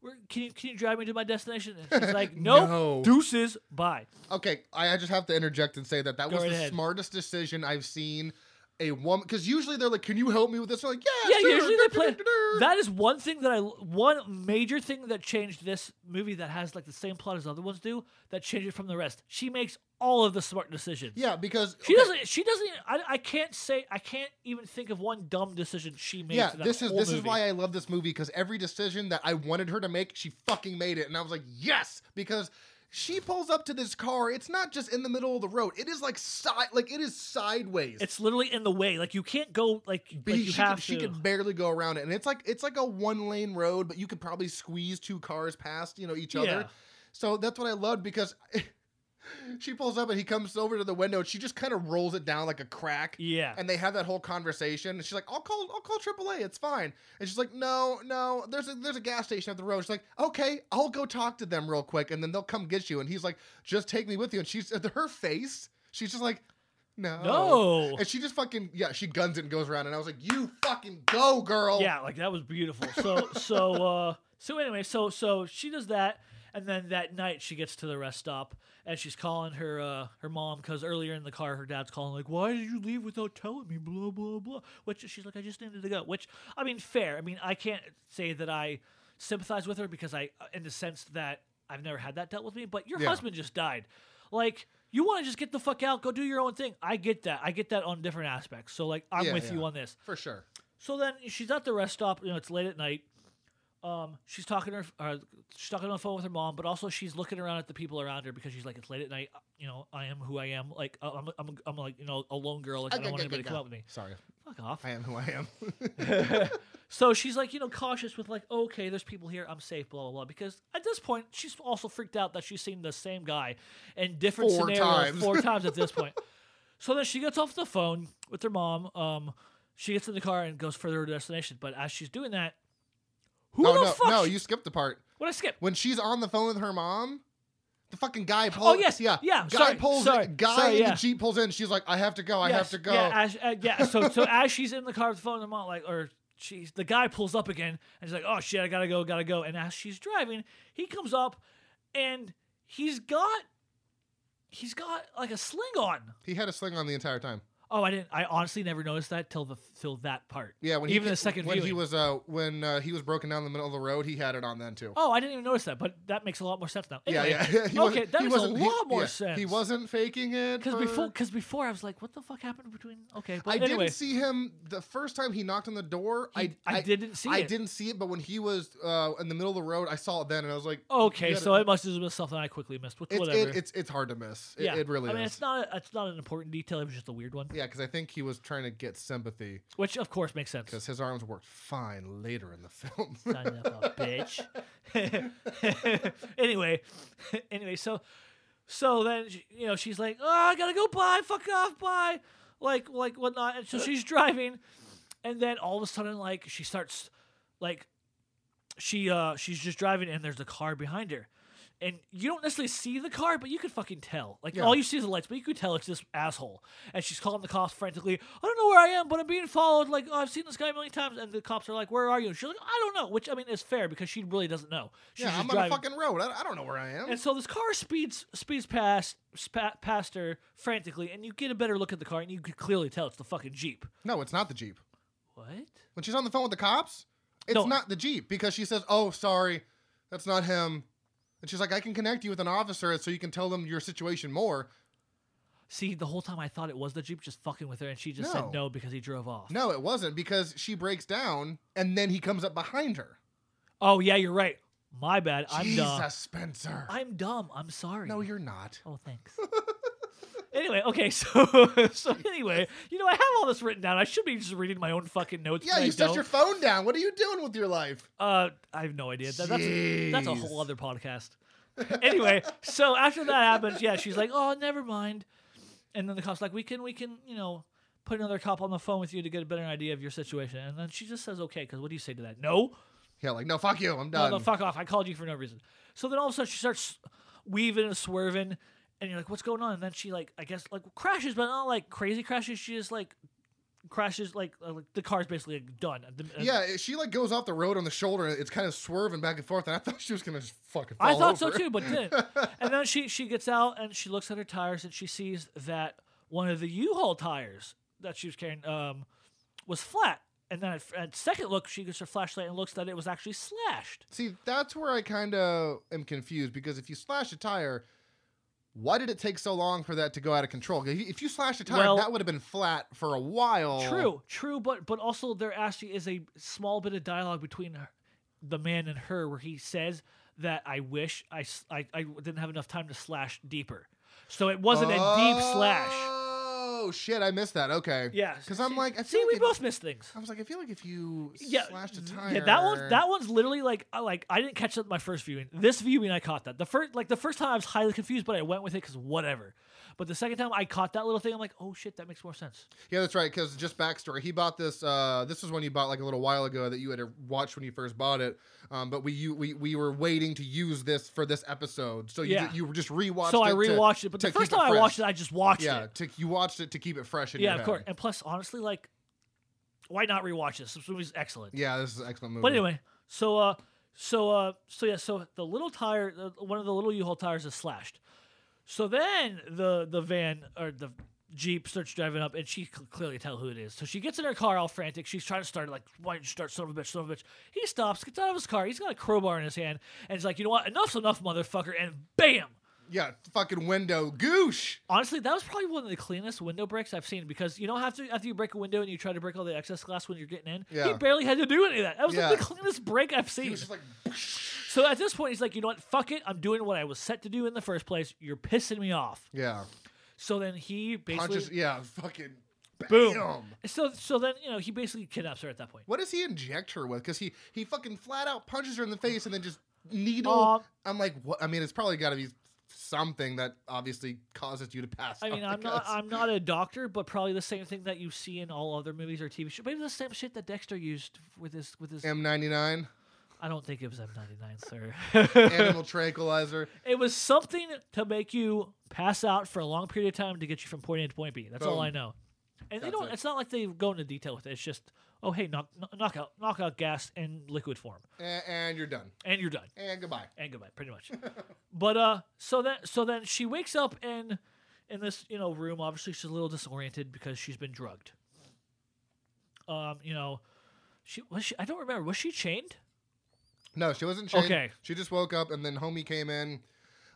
B: We're, can you can you drive me to my destination?" And she's like, "Nope,
A: No.
B: deuces, bye."
A: Okay, I, I just have to interject and say that that
B: Go
A: was
B: right
A: the
B: ahead.
A: smartest decision I've seen a woman. Because usually they're like, "Can you help me with this?" They're like, "Yeah,
B: yeah,
A: sure."
B: usually they play.
A: Da-da-da-da-da.
B: That is one thing that I one major thing that changed this movie that has like the same plot as other ones do that changed it from the rest. She makes all of the smart decisions.
A: Yeah, because
B: She
A: okay,
B: doesn't. She doesn't. Even, I, I can't say. I can't even think of one dumb decision she made.
A: Yeah,
B: throughout
A: this
B: the
A: is
B: whole
A: this is
B: movie.
A: why I love this movie because every decision that I wanted her to make, she fucking made it, and I was like, yes, because she pulls up to this car. It's not just in the middle of the road; it is like side, like it is sideways.
B: it's literally in the way. Like you can't go. Like,
A: Be-
B: like you
A: she, could,
B: have to.
A: she could barely go around it, and it's like it's like a one lane road, but you could probably squeeze two cars past you know each
B: Yeah.
A: other. So that's what I loved because she pulls up and he comes over to the window, and she just kind of rolls it down like a crack.
B: yeah.
A: And they have that whole conversation, and she's like, "I'll call, I'll call AAA. It's fine." And she's like, "No, no. There's a there's a gas station up the road." She's like, "Okay, I'll go talk to them real quick, and then they'll come get you." And he's like, "Just take me with you." And she's her face, she's just like, "No,
B: no.
A: and uh, she just fucking yeah, she guns it and goes around, and I was like, "You fucking go, girl!"
B: Yeah, like that was beautiful. So so uh so anyway, so so she does that and then that night she gets to the rest stop and she's calling her uh her mom cuz earlier in the car her dad's calling like, "Why did you leave without telling me?" blah blah blah. Which she's like, "I just needed to go." Which I mean, fair. I mean, I can't say that I sympathize with her because I uh, in the sense that I've never had that dealt with me, but your
A: Yeah.
B: husband just died. Like you want to just get the fuck out, go do your own thing. I get that. I get that on different aspects. So like I'm
A: Yeah,
B: with you
A: yeah.
B: on this.
A: for sure.
B: So then she's at the rest stop. You know, it's late at night. Um, she's talking to her, uh, she's talking on the phone with her mom, but also she's looking around at the people around her because she's like, it's late at night. You know, I am who I am. Like, uh, I'm, I'm, I'm like, you know, a lone girl. Like, I don't want anybody to come up with me.
A: Sorry,
B: Fuck off.
A: I am who I am.
B: So she's like, you know, cautious with like, okay, there's people here, I'm safe, blah blah blah. Because at this point, she's also freaked out that she's seen the same guy in different
A: Four
B: scenarios
A: times.
B: four times at this point. So then she gets off the phone with her mom. Um, she gets in the car and goes further to her destination. But as she's doing that, who
A: no,
B: the
A: no,
B: fuck?
A: no. You skipped the part
B: what I skip?
A: when she's on the phone with her mom. The fucking guy pulls.
B: Oh, yes,
A: yeah,
B: yeah,
A: Guy
B: sorry,
A: pulls.
B: sorry,
A: guy
B: sorry,
A: in
B: yeah.
A: the jeep pulls in. She's like, "I have to go. I have
B: Yes,
A: to go."
B: Yeah, as, uh, yeah. So so as she's in the car with the phone, the mom like, or she's the guy pulls up again, and she's like, "Oh shit, I gotta go, gotta go." And as she's driving, he comes up, and he's got, he's got like a sling on.
A: he had a sling on the entire time.
B: Oh, I didn't. I honestly never noticed that till the till that part.
A: Yeah, when
B: even
A: he,
B: the second
A: when he
B: viewing.
A: was uh when uh, he was broken down in the middle of the road, he had it on then too.
B: Oh, I didn't even notice that, but that makes a lot more sense now.
A: yeah,
B: Anyway,
A: yeah. He
B: okay,
A: wasn't-
B: that
A: he
B: makes a
A: wasn't- he-
B: lot more
A: yeah,
B: sense.
A: He wasn't faking it
B: because
A: for-
B: before because before I was like, what the fuck happened between? Okay, but
A: I
B: anyway,
A: didn't see him the first time he knocked on the door.
B: he- I, didn't see
A: I
B: it.
A: didn't see it, but when he was uh, in the middle of the road, I saw it then, and I was like,
B: Okay,
A: you
B: so
A: gotta-
B: it must have been something I quickly missed. Which,
A: it's
B: Oh, whatever.
A: it, it's it's hard to miss. It, it really
B: I mean,
A: is.
B: it's not it's not an important detail. It was just a weird one,
A: yeah, because I think he was trying to get sympathy
B: which of course makes sense.
A: because his arms worked fine later in the film.
B: Son of a bitch. anyway, anyway, so so then she- you know she's like, oh, I gotta go. Bye, fuck off, bye, like like whatnot. And so she's driving, and then all of a sudden, like she starts, like she uh she's just driving, and there's a car behind her. And you don't necessarily see the car, but you could fucking tell. Like
A: Yeah.
B: all you see is the lights, but you could tell it's this asshole. And she's calling the cops frantically. I don't know where I am, but I'm being followed. Like oh, I've seen this guy a million times. And the cops are like, "Where are you?" And she's like, "I don't know." Which I mean is fair because she really doesn't know. She's
A: yeah,
B: just
A: I'm on a
B: driving.
A: fucking road. I, I don't know where I am.
B: And so this car speeds speeds past spa- past her frantically, and you get a better look at the car, and you can clearly tell it's the fucking jeep.
A: no, it's not the jeep.
B: What?
A: When she's on the phone with the cops, it's
B: No.
A: not the jeep because she says, "Oh, sorry, that's not him." And she's like, "I can connect you with an officer so you can tell them your situation more."
B: See, the whole time I thought it was the jeep just fucking with her, and she just
A: No.
B: said no because he drove off.
A: No, it wasn't because she breaks down and then he comes up behind her.
B: Oh yeah, you're right. My bad. I'm
A: Jesus,
B: dumb.
A: Spencer.
B: I'm dumb. I'm sorry.
A: no, you're not.
B: Oh, thanks. anyway, okay, so so anyway, you know I have all this written down. I should be just reading my own fucking notes.
A: Yeah,
B: but I
A: you set
B: don't.
A: your phone down. What are you doing with your life?
B: Uh, I have no idea. That, that's a, that's a
A: Jeez.
B: whole other podcast. anyway, so after that happens, yeah, she's like, "Oh, never mind," and then the cop's like, "We can, we can, you know, put another cop on the phone with you to get a better idea of your situation." And then she just says, "Okay," because what do you say to that? No,
A: Yeah, like no, fuck you. I'm
B: no,
A: done.
B: no, fuck off. I called you for no reason. So then all of a sudden she starts weaving and swerving, and you're like, what's going on? And then she like, I guess like crashes, but not like crazy crashes. She just like crashes like uh, like the car's basically like, done. The- uh,
A: yeah, it- she like goes off the road on the shoulder. and It's kind of swerving back and forth, and I thought she was gonna just fucking. Fall
B: I thought so
A: over.
B: too, but didn't. and then she she gets out and she looks at her tires and she sees that one of the U-Haul tires that she was carrying um was flat. And then at, at second look, she gets her flashlight and looks that it was actually slashed.
A: See, that's where I kind of am confused because if you slash a tire, why did it take so long for that to go out of control? If you- If you slashed a tire,
B: Well-
A: that would have been flat for a while.
B: True, true, but but also there actually is a small bit of dialogue between her, the man and her where he says that I wish I, s- I- I didn't have enough time to slash deeper, so it wasn't a deep slash.
A: Oh shit! I missed that. Okay.
B: Yeah,
A: Because I'm
B: see-
A: like, I
B: see,
A: feel like
B: we
A: it-
B: both missed things.
A: I was like, I feel like if you slashed a
B: th-
A: tire,
B: Yeah, that one that one's literally like I- like I didn't catch that my first viewing. This viewing I caught that. The first like the first time I was highly confused, but I went with it because whatever. But the second time I caught that little thing, I'm like, oh shit, that makes more sense.
A: Yeah, that's right. Because just backstory, he bought this. Uh, this was one you bought like a little while ago that you had watched when you first bought it. Um, but we you, we we were waiting to use this for this episode, so you
B: Yeah.
A: ju- you just rewatched.
B: so
A: it
B: I
A: to-
B: rewatched it, but the
A: to
B: first
A: keep
B: time I
A: fresh.
B: watched it, I just watched
A: yeah,
B: it.
A: to, you watched it to keep it fresh in
B: Yeah,
A: your
B: of
A: head.
B: course. And plus, honestly, like, why not rewatch this? This movie's excellent.
A: Yeah, this is an excellent movie.
B: But anyway, so uh, so uh, so yeah, so the little tire, uh, one of the little U-Haul tires is slashed. So then the the van or the jeep starts driving up, and she can clearly tell who it is. So she gets in her car, all frantic. She's trying to start it, like, "Why did you start, son of a bitch, son of a bitch?" He stops, gets out of his car. He's got a crowbar in his hand, and he's like, "You know what? Enough's enough, motherfucker!" And bam.
A: yeah, fucking window goosh.
B: Honestly, that was probably one of the cleanest window breaks I've seen because you don't have to after you break a window and you try to break all the excess glass when you're getting in. He
A: Yeah.
B: barely had to do any of that. That was
A: Yeah.
B: like the cleanest break I've
A: He
B: seen.
A: was just like,
B: So at this point, he's like, you know what? Fuck it. I'm doing what I was set to do in the first place. You're pissing me off.
A: yeah,
B: So then he basically,
A: punches. Yeah, fucking
B: Boom.
A: bam.
B: so so then you know he basically kidnaps her at that point.
A: What does he inject her with? Because he he fucking flat out punches her in the face and then just needle.
B: Uh,
A: I'm like, what? I mean, it's probably got to be something that obviously causes you to pass.
B: I mean,
A: out,
B: I'm not
A: guess.
B: I'm not a doctor, but probably the same thing that you see in all other movies or TV shows. Maybe the same shit that Dexter used with his with his.
A: M99
B: I don't think it was M99, sir.
A: animal tranquilizer.
B: it was something to make you pass out for a long period of time to get you from point A to point B. That's all
A: Boom.
B: I know. And they
A: That's
B: don't.
A: it.
B: It's not like they go into detail with it. It's just, oh hey, knock, knockout, knockout gas in liquid form.
A: A- And you're done.
B: and you're done
A: And goodbye.
B: and goodbye pretty much but uh so then so then she wakes up and in this you know room. Obviously, she's a little disoriented because she's been drugged. Um, you know, she was she. I don't remember. Was she chained?
A: No, she wasn't chained.
B: Okay.
A: She just woke up, and then homie came in.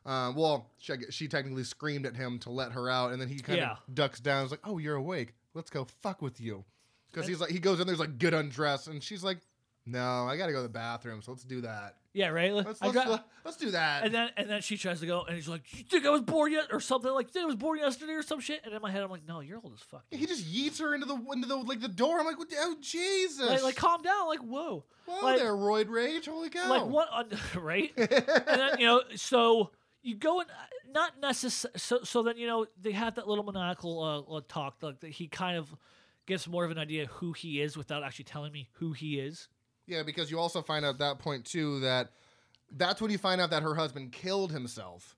A: Uh, well, she, I gue- she technically screamed at him to let her out, and then he kind of
B: Yeah.
A: ducks down. He's like, "Oh, you're awake. Let's go fuck with you," because he's like, he goes in there's like, "Get undressed," and she's like, "No, I gotta go to the bathroom, so let's do that.
B: Yeah, right. Let-
A: Let's
B: I
A: let's,
B: got-
A: let- let's do that."
B: and then and then she tries to go, and he's like, "You think I was born yet?" or something like, "You think I was born yesterday?" or some shit. And in my head, I'm like, "No, you're old as fuck." dude."
A: he just yeets her into the into the like the door. I'm like, "What the- "Oh Jesus!"
B: Like, like, calm down. Like, whoa.
A: Whoa
B: like-
A: there, roid rage. Holy cow!
B: Like, what? On, right? and then you know, so you go and uh, not necessary. So, so then you know they have that little maniacal uh, little talk. Like that he kind of gets more of an idea who he is without actually telling me who he is.
A: Yeah, because you also find out at that point too that that's when you find out that her husband killed himself.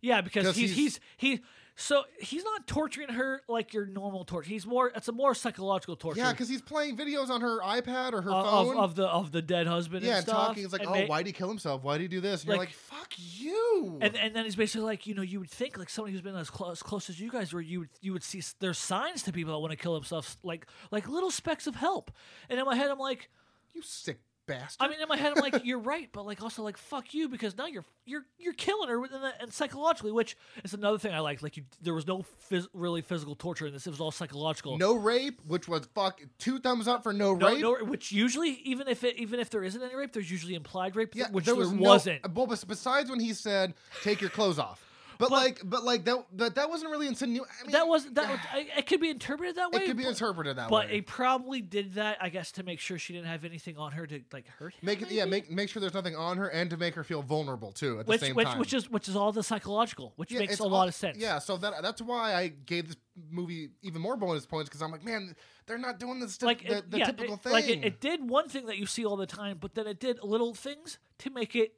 B: Yeah, because
A: 'Cause
B: he's,
A: he's-
B: he's he. So he's not torturing her like your normal torture. He's more. It's a more psychological torture.
A: Yeah, because he's playing videos on her iPad or her
B: of,
A: phone.
B: of, of the of the dead husband.
A: yeah,
B: and stuff.
A: talking. It's like,
B: and
A: oh,
B: ma-
A: why'd he kill himself? Why'd he do this? And
B: Like-
A: you're like, fuck you.
B: And, and then he's basically like, you know, you would think like somebody who's been as close, as close as you guys were, you would you would see s- there's signs to people that want to kill themselves, like like little specks of help. And in my head, I'm like,
A: you sick bastard.
B: I mean, in my head, I'm like, you're right, but like also like fuck you because now you're you're you're killing her within the, and psychologically, which is another thing I like. Like you, there was no phys- really physical torture in this; it was all psychological.
A: no rape, which was fuck two thumbs up for no,
B: No,
A: rape.
B: no, which usually even if it even if there isn't any rape, there's usually implied rape,
A: yeah,
B: which
A: there
B: there,
A: was no- uh,
B: wasn't.
A: Well, bes- besides when he said, take your clothes off. But, like, but like that, that, that wasn't really insinuated. I mean,
B: that wasn't that. was- I, it could be interpreted that way.
A: it could be
B: but-
A: interpreted that
B: But
A: way.
B: he probably did that, I guess, to make sure she didn't have anything on her to like hurt him.
A: make it, yeah,
B: maybe?
A: make make sure there's nothing on her and to make her feel vulnerable too at
B: which
A: the same
B: which
A: time.
B: which is which is all the psychological, which
A: Yeah,
B: makes
A: it's
B: a
A: all-
B: lot of sense.
A: Yeah, so that that's why I gave this movie even more bonus points because I'm like, man, they're not doing this
B: like
A: the,
B: it,
A: the
B: yeah,
A: typical
B: it-
A: thing.
B: Like it, it did one thing that you see all the time, but then it did little things to make it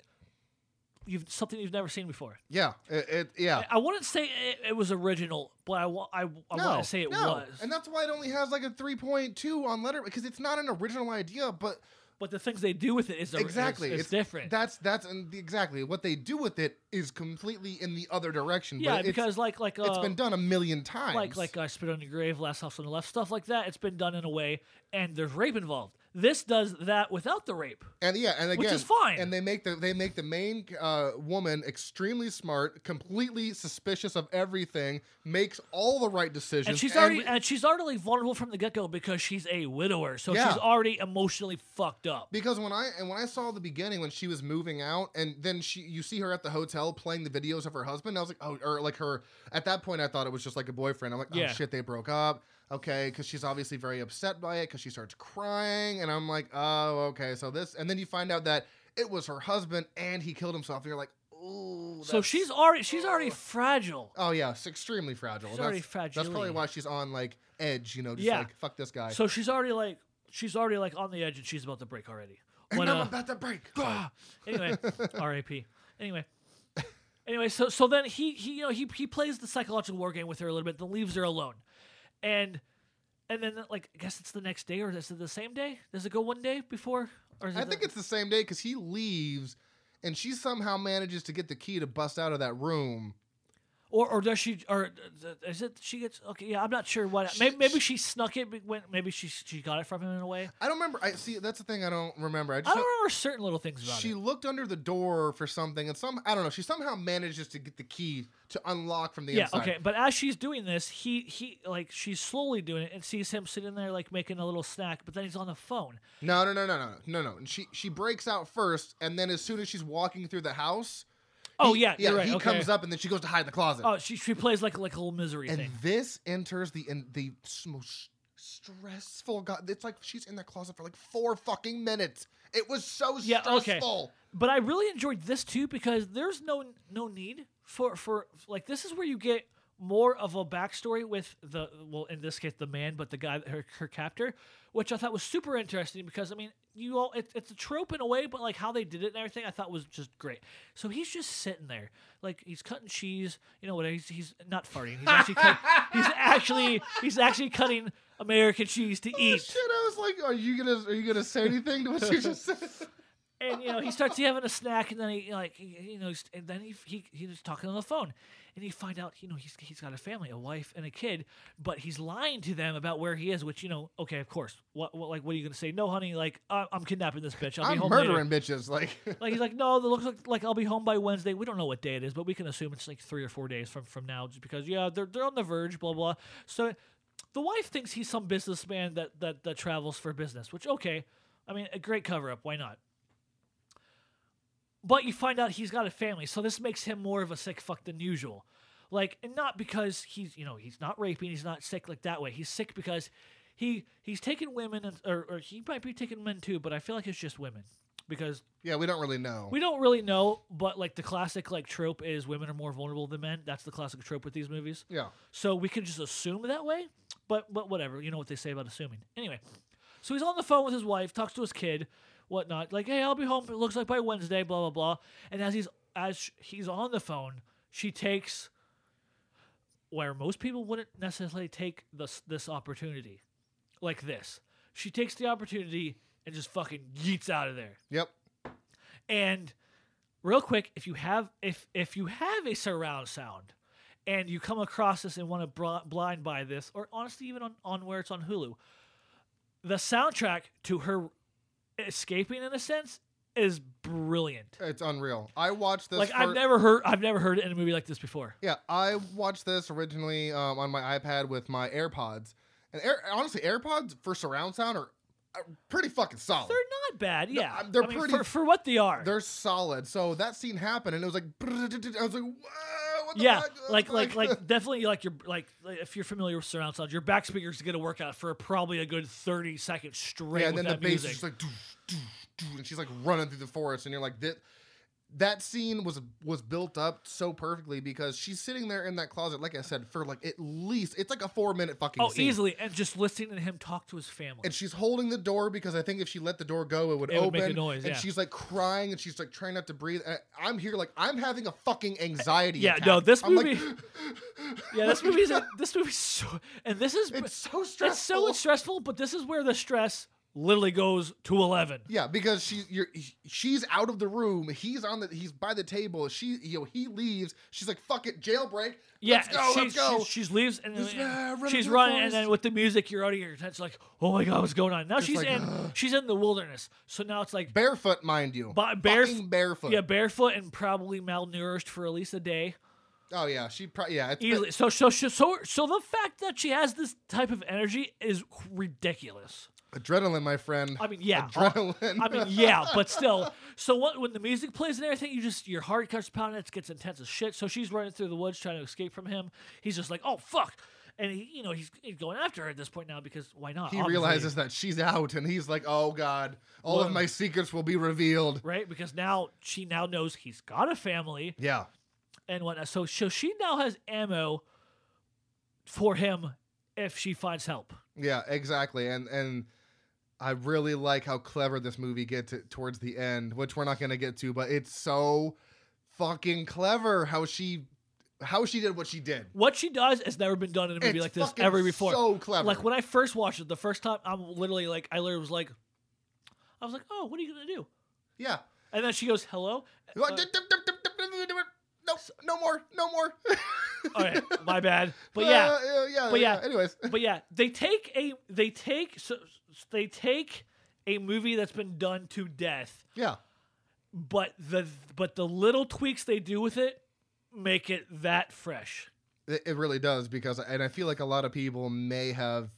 B: you've something you've never seen before.
A: yeah, it, it- yeah.
B: I, I wouldn't say it, it was original, but I wa- I, I
A: no,
B: want to say it
A: no.
B: was.
A: and that's why it only has like a 3.2 on letter because it's not an original idea, but
B: but the things they do with it is
A: exactly,
B: It's, different.
A: That's that's and the- exactly what they do with it is completely in the other direction.
B: yeah,
A: but it's,
B: because like like uh,
A: it's been done a million times.
B: like like I spit on your grave, last house on the left, stuff like that. It's been done in a way, and there's rape involved. This does that without the rape.
A: And yeah, and again,
B: Which is fine.
A: And they make the they make the main uh, woman extremely smart, completely suspicious of everything, makes all the right decisions.
B: And she's already
A: we-
B: and she's already vulnerable from the get go because she's a widower, so
A: Yeah.
B: she's already emotionally fucked up.
A: because when I and when I saw the beginning when she was moving out, and then she you see her at the hotel playing the videos of her husband. I was like, oh, or like her. At that point, I thought it was just like a boyfriend. I'm like, oh
B: Yeah.
A: shit, they broke up. Okay, because she's obviously very upset by it because she starts crying, and I'm like, oh, okay, so this. And then you find out that it was her husband, and he killed himself. And you're like, ooh.
B: So
A: that's-
B: she's already she's already
A: Oh.
B: fragile.
A: Oh yeah, it's extremely fragile.
B: She's
A: that's,
B: already
A: That's probably
B: fragile-y.
A: why she's on like edge. You know, just
B: Yeah.
A: like fuck this guy.
B: So she's already like she's already like on the edge and she's about to break already.
A: and
B: When,
A: I'm
B: uh,
A: about to break.
B: Ah. anyway, R.A.P. Anyway, anyway, so so then he he you know he he plays the psychological war game with her a little bit, then leaves her alone, and and then like I guess it's the next day or is it the same day? Does it go one day before? Or is
A: I
B: it
A: think
B: the-
A: it's the same day because he leaves, and she somehow manages to get the key to bust out of that room.
B: or or does she or uh, is it she gets okay? Yeah, I'm not sure what.
A: She-
B: maybe, maybe she snuck it. but When maybe she she got it from him in a way.
A: I don't remember. I see. That's the thing I don't remember. I
B: I
A: just
B: don't remember certain little things about
A: she
B: it.
A: looked under the door for something, and some I don't know. She somehow manages to get the key to unlock from the
B: Yeah,
A: inside.
B: okay. But as she's doing this, he he like she's slowly doing it and sees him sitting there like making a little snack, but then he's on the phone.
A: No, no, no, no, no, no, no. And she she breaks out first, and then as soon as she's walking through the house,
B: Oh
A: he-
B: yeah,
A: yeah,
B: you're right.
A: he
B: okay.
A: comes up, and then she goes to hide in the closet.
B: Oh, she she plays like like a little misery
A: And
B: thing.
A: this enters the in, the s- most stressful. God, it's like she's in that closet for like four fucking minutes. It was so
B: Yeah, okay.
A: stressful.
B: But I really enjoyed this too because there's no no need for for like this is where you get more of a backstory with the well in this case the man but the guy her, her captor which i thought was super interesting because i mean you all it, it's a trope in a way but like how they did it and everything i thought was just great so he's just sitting there like he's cutting cheese you know what he's, he's not farting he's actually cut, he's actually he's actually cutting american cheese to
A: Oh,
B: eat
A: Shit, I was like, are you gonna are you gonna say anything to what you just said?
B: and you know he starts having a snack, and then he like he, you know, he's- and then he he he's talking on the phone, and he find out you know he's he's got a family, a wife and a kid, but he's lying to them about where he is, which you know, okay, of course, what, what like what are you gonna say? No, honey, like I, I'm kidnapping this bitch. I'll be
A: I'm
B: home later.
A: murdering bitches. Like,
B: Like he's like, no, it looks like, like I'll be home by Wednesday. We don't know what day it is, but we can assume it's like three or four days from from now, just because yeah, they're they're on the verge, blah blah. So the wife thinks he's some businessman that that that travels for business, which okay, I mean a great cover up, why not? But you find out he's got a family, so this makes him more of a sick fuck than usual. Like, and not because he's you know he's not raping, he's not sick like that way. He's sick because he he's taking women, and, or, or he might be taking men too, but I feel like it's just women because
A: yeah, we don't really know.
B: we don't really know, but like the classic like trope is women are more vulnerable than men. That's the classic trope with these movies.
A: yeah,
B: So we can just assume that way, but but whatever. You know what they say about assuming. Anyway, so he's on the phone with his wife, talks to his kid, whatnot. Like, hey, I'll be home. It looks like by Wednesday. Blah blah blah. And as he's as sh- he's on the phone, she takes where most people wouldn't necessarily take this this opportunity, like this. She takes the opportunity and just fucking yeets out of there.
A: yep.
B: And real quick, if you have if if you have a surround sound and you come across this and want to br- blind buy this, or honestly even on, on where it's on Hulu, the soundtrack to her escaping in a sense is brilliant.
A: It's unreal. I watched this.
B: like I've
A: fir-
B: never heard I've never heard it in a movie like this before.
A: Yeah, I watched this originally um, on my iPad with my AirPods, and Air- honestly, AirPods for surround sound are are pretty fucking solid.
B: They're not bad, yeah.
A: Oh. I'm- they're
B: I mean,
A: pretty-
B: for, for what they are.
A: They're solid. So that scene happened, and it was like, I was like, "Whoa, what the
B: yeah,
A: fuck?"
B: like like like definitely like your like, like if you're familiar with surround sound, your back speakers get a workout for probably a good thirty seconds straight.
A: yeah, and
B: with
A: then the
B: that
A: bass
B: music.
A: is just like, doof, doof, doof, and she's like running through the forest, and you're like, that. That scene was was built up so perfectly because she's sitting there in that closet, like I said, for like at least it's like a four minute fucking.
B: Oh,
A: scene.
B: easily, and just listening to him talk to his family.
A: and she's holding the door because I think if she let the door go, it would
B: It would
A: open.
B: make a noise,
A: and
B: yeah.
A: she's like crying, and she's like trying not to breathe. And I- I'm here, like I'm having a fucking anxiety.
B: Eh, yeah,
A: attack.
B: no, this
A: I'm
B: movie-
A: Like,
B: yeah, this movie's a, this movie's so, and this is
A: it's
B: it's,
A: so stressful.
B: so much stressful, but this is where the stress literally goes to eleven.
A: yeah, because she's you're, she's out of the room. He's on the he's by the table. She you know he leaves. She's like fuck it, jailbreak.
B: Yeah,
A: let's go,
B: she,
A: let's go.
B: She, she's leaves and,
A: Let's,
B: and
A: uh, run
B: she's
A: into the
B: running, and
A: forest.
B: then with the music, you're out of your sense like, oh my god, what's going on? Now she's
A: like,
B: in she's in the wilderness, so now it's like
A: barefoot, mind you.
B: Ba- baref-
A: Fucking barefoot.
B: yeah, barefoot and probably malnourished for at least a day.
A: Oh yeah, she probably yeah. It's,
B: Easily. So so so so so the fact that she has this type of energy is ridiculous.
A: adrenaline, my friend.
B: I mean, yeah,
A: adrenaline.
B: I mean, yeah, but still. So what? When the music plays and everything, you just your heart starts pounding. It gets intense as shit. So she's running through the woods trying to escape from him. He's just like, oh fuck, and he, you know, he's, he's going after her at this point now because why not?
A: he
B: obviously,
A: realizes that she's out and he's like oh god all
B: Well-
A: of my secrets will be revealed
B: right because now she now knows he's got a family
A: yeah
B: and whatnot. So so she now has ammo for him if she finds help.
A: yeah exactly and and i really like how clever this movie gets it towards the end which we're not going to get to but it's so fucking clever how she how she did what she did
B: What she does has never been done in a movie
A: It's
B: like this
A: fucking
B: ever before.
A: so clever
B: Like when I first watched it, the first time, I'm literally like, I literally was like, I was like, oh, what are you gonna do? uh,
A: yeah
B: And then she goes, hello.
A: Like, no no more no more
B: All right, my bad. But yeah,
A: Uh, yeah
B: But yeah.
A: anyways
B: but yeah, they take a they take so they take a movie that's been done to death,
A: yeah
B: but the but the little tweaks they do with it make it that fresh.
A: It, it really does because, and I feel like a lot of people may have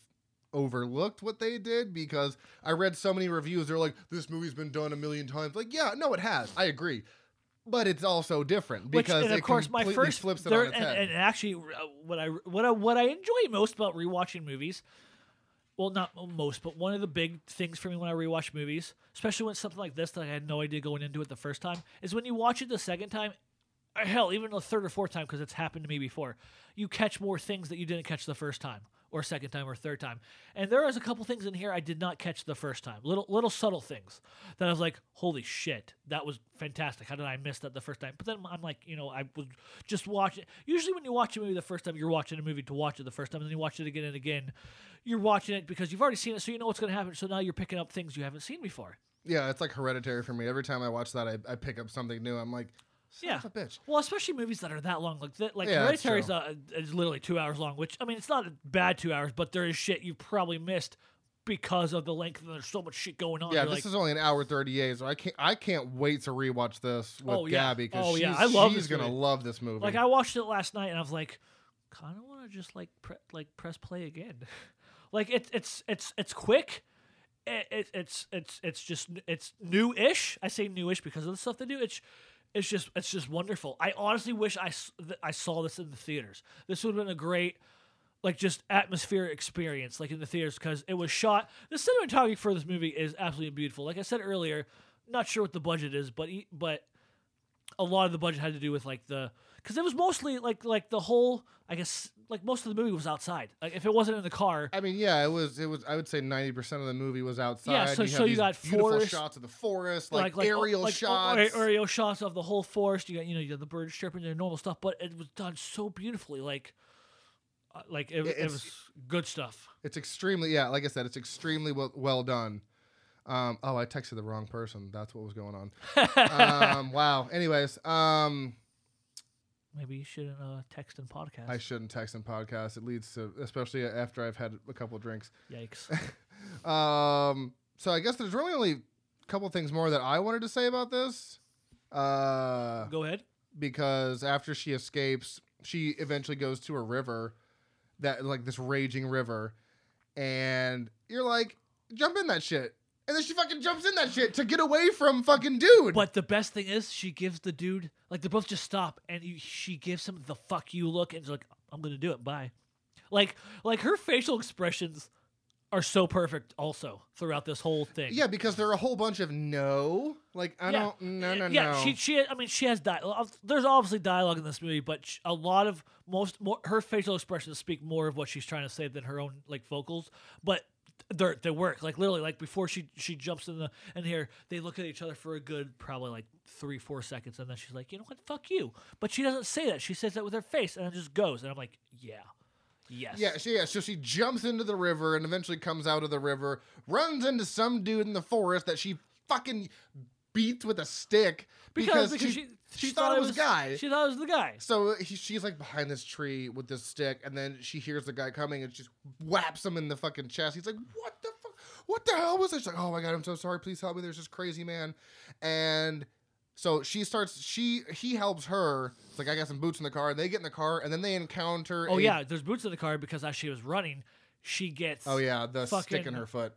A: overlooked what they did because I read so many reviews. They're like, "This movie's been done a million times." Like, yeah, no, it has. I agree, but it's also different because
B: Which, and
A: it
B: of course, my
A: completely
B: first
A: flips it
B: there-
A: on its
B: and,
A: head.
B: and actually, uh, what I what I what I enjoy most about rewatching movies, well, not most, but one of the big things for me when I rewatch movies, especially when it's something like this that I had no idea going into it the first time, is when you watch it the second time, uh, hell, even the third or fourth time, because it's happened to me before, you catch more things that you didn't catch the first time, or second time, or third time. And there is a couple things in here I did not catch the first time. Little little subtle things that I was like, holy shit, that was fantastic. How did I miss that the first time? But then I'm like, you know, I was just watching. Usually when you watch a movie the first time, you're watching a movie to watch it the first time, and then you watch it again and again. You're watching it because you've already seen it, so you know what's going to happen. So now you're picking up things you haven't seen before.
A: Yeah, it's like hereditary for me. Every time I watch that, I, I pick up something new. I'm like, son
B: Yeah.
A: of a bitch.
B: Well, especially movies that are that long, like that, like
A: Yeah, that's
B: Hereditary is, uh, is literally two hours long. Which I mean, it's not a bad two hours, but there is shit you probably missed because of the length. and There's so much shit going on.
A: Yeah,
B: Oh, You're
A: this
B: like,
A: is only an hour 38, so I can't I can't wait to rewatch this with
B: Oh, yeah.
A: Gabby because
B: Oh,
A: she's,
B: yeah. I love
A: she's
B: this
A: gonna
B: movie.
A: love this movie.
B: like I watched it last night, and I was like, kind of want to just like pre- like press play again. like it's it's it's it's quick. It, it, it's it's it's just it's new-ish. I say new-ish because of the stuff they do. It's it's just it's just wonderful. I honestly wish I s- that I saw this in the theaters. This would have been a great like just atmosphere experience like in the theaters because it was shot the cinematography for this movie is absolutely beautiful like i said earlier not sure what the budget is but e- but a lot of the budget had to do with like the because it was mostly like like the whole i guess like most of the movie was outside like if it wasn't in the car
A: I mean, yeah, it was. It was. I would say ninety percent of the movie was outside.
B: so-
A: you have
B: so you
A: these
B: got
A: beautiful
B: forest-
A: shots of the forest, like,
B: like like
A: aerial
B: like,
A: shots.
B: a- aerial shots of the whole forest you got you know you got the birds chirping their normal stuff but it was done so beautifully like uh, like it, it
A: it's-
B: was good stuff
A: it's extremely, yeah. Like I said, it's extremely well, well done. Um, oh, I texted the wrong person. That's what was going on. um, wow. Anyways, um,
B: maybe you shouldn't uh, text and podcast
A: I shouldn't text in podcasts. It leads to, especially after I've had a couple drinks.
B: yikes
A: Um, so I guess there's really only a couple things more that I wanted to say about this. Uh,
B: go ahead
A: because after she escapes, she eventually goes to a river that like this raging river, and you're like, jump in that shit. And then she fucking jumps in that shit to get away from fucking dude.
B: But the best thing is, she gives the dude like they both just stop, and you, she gives him the "fuck you" look, and is like, "I'm gonna do it." Bye. Like, like her facial expressions are so perfect, also throughout this whole thing.
A: yeah, because there are a whole bunch of no. Like I
B: Yeah.
A: don't no no
B: Eh, yeah.
A: no.
B: She, she. I mean, she has dialogue. There's obviously dialogue in this movie, but sh- a lot of most more, her facial expressions speak more of what she's trying to say than her own like vocals. But they they work. Like literally, like before she she jumps in the in here, they look at each other for a good probably like three four seconds, and then she's like, you know what, fuck you. But she doesn't say that. She says that with her face, and it just goes. And I'm like, yeah, yes,
A: Yeah, she, yeah. So she jumps into the river and eventually comes out of the river, runs into some dude in the forest that she fucking beats with a stick
B: Because, because she, she,
A: thought, it was a guy.
B: She thought it was the guy.
A: so he, she's like behind this tree with this stick, and then she hears the guy coming and she just whaps him in the fucking chest. He's like, "What the fuck? What the hell was that?" She's like, "Oh my god, I'm so sorry. Please help me. There's this crazy man." And so she starts. She he helps her. It's like I got some boots in the car. They get in the car, and then they encounter.
B: Oh
A: a-
B: yeah, there's boots in the car because as she was running, she gets.
A: Oh yeah, the stick
B: Fucking-
A: in her foot.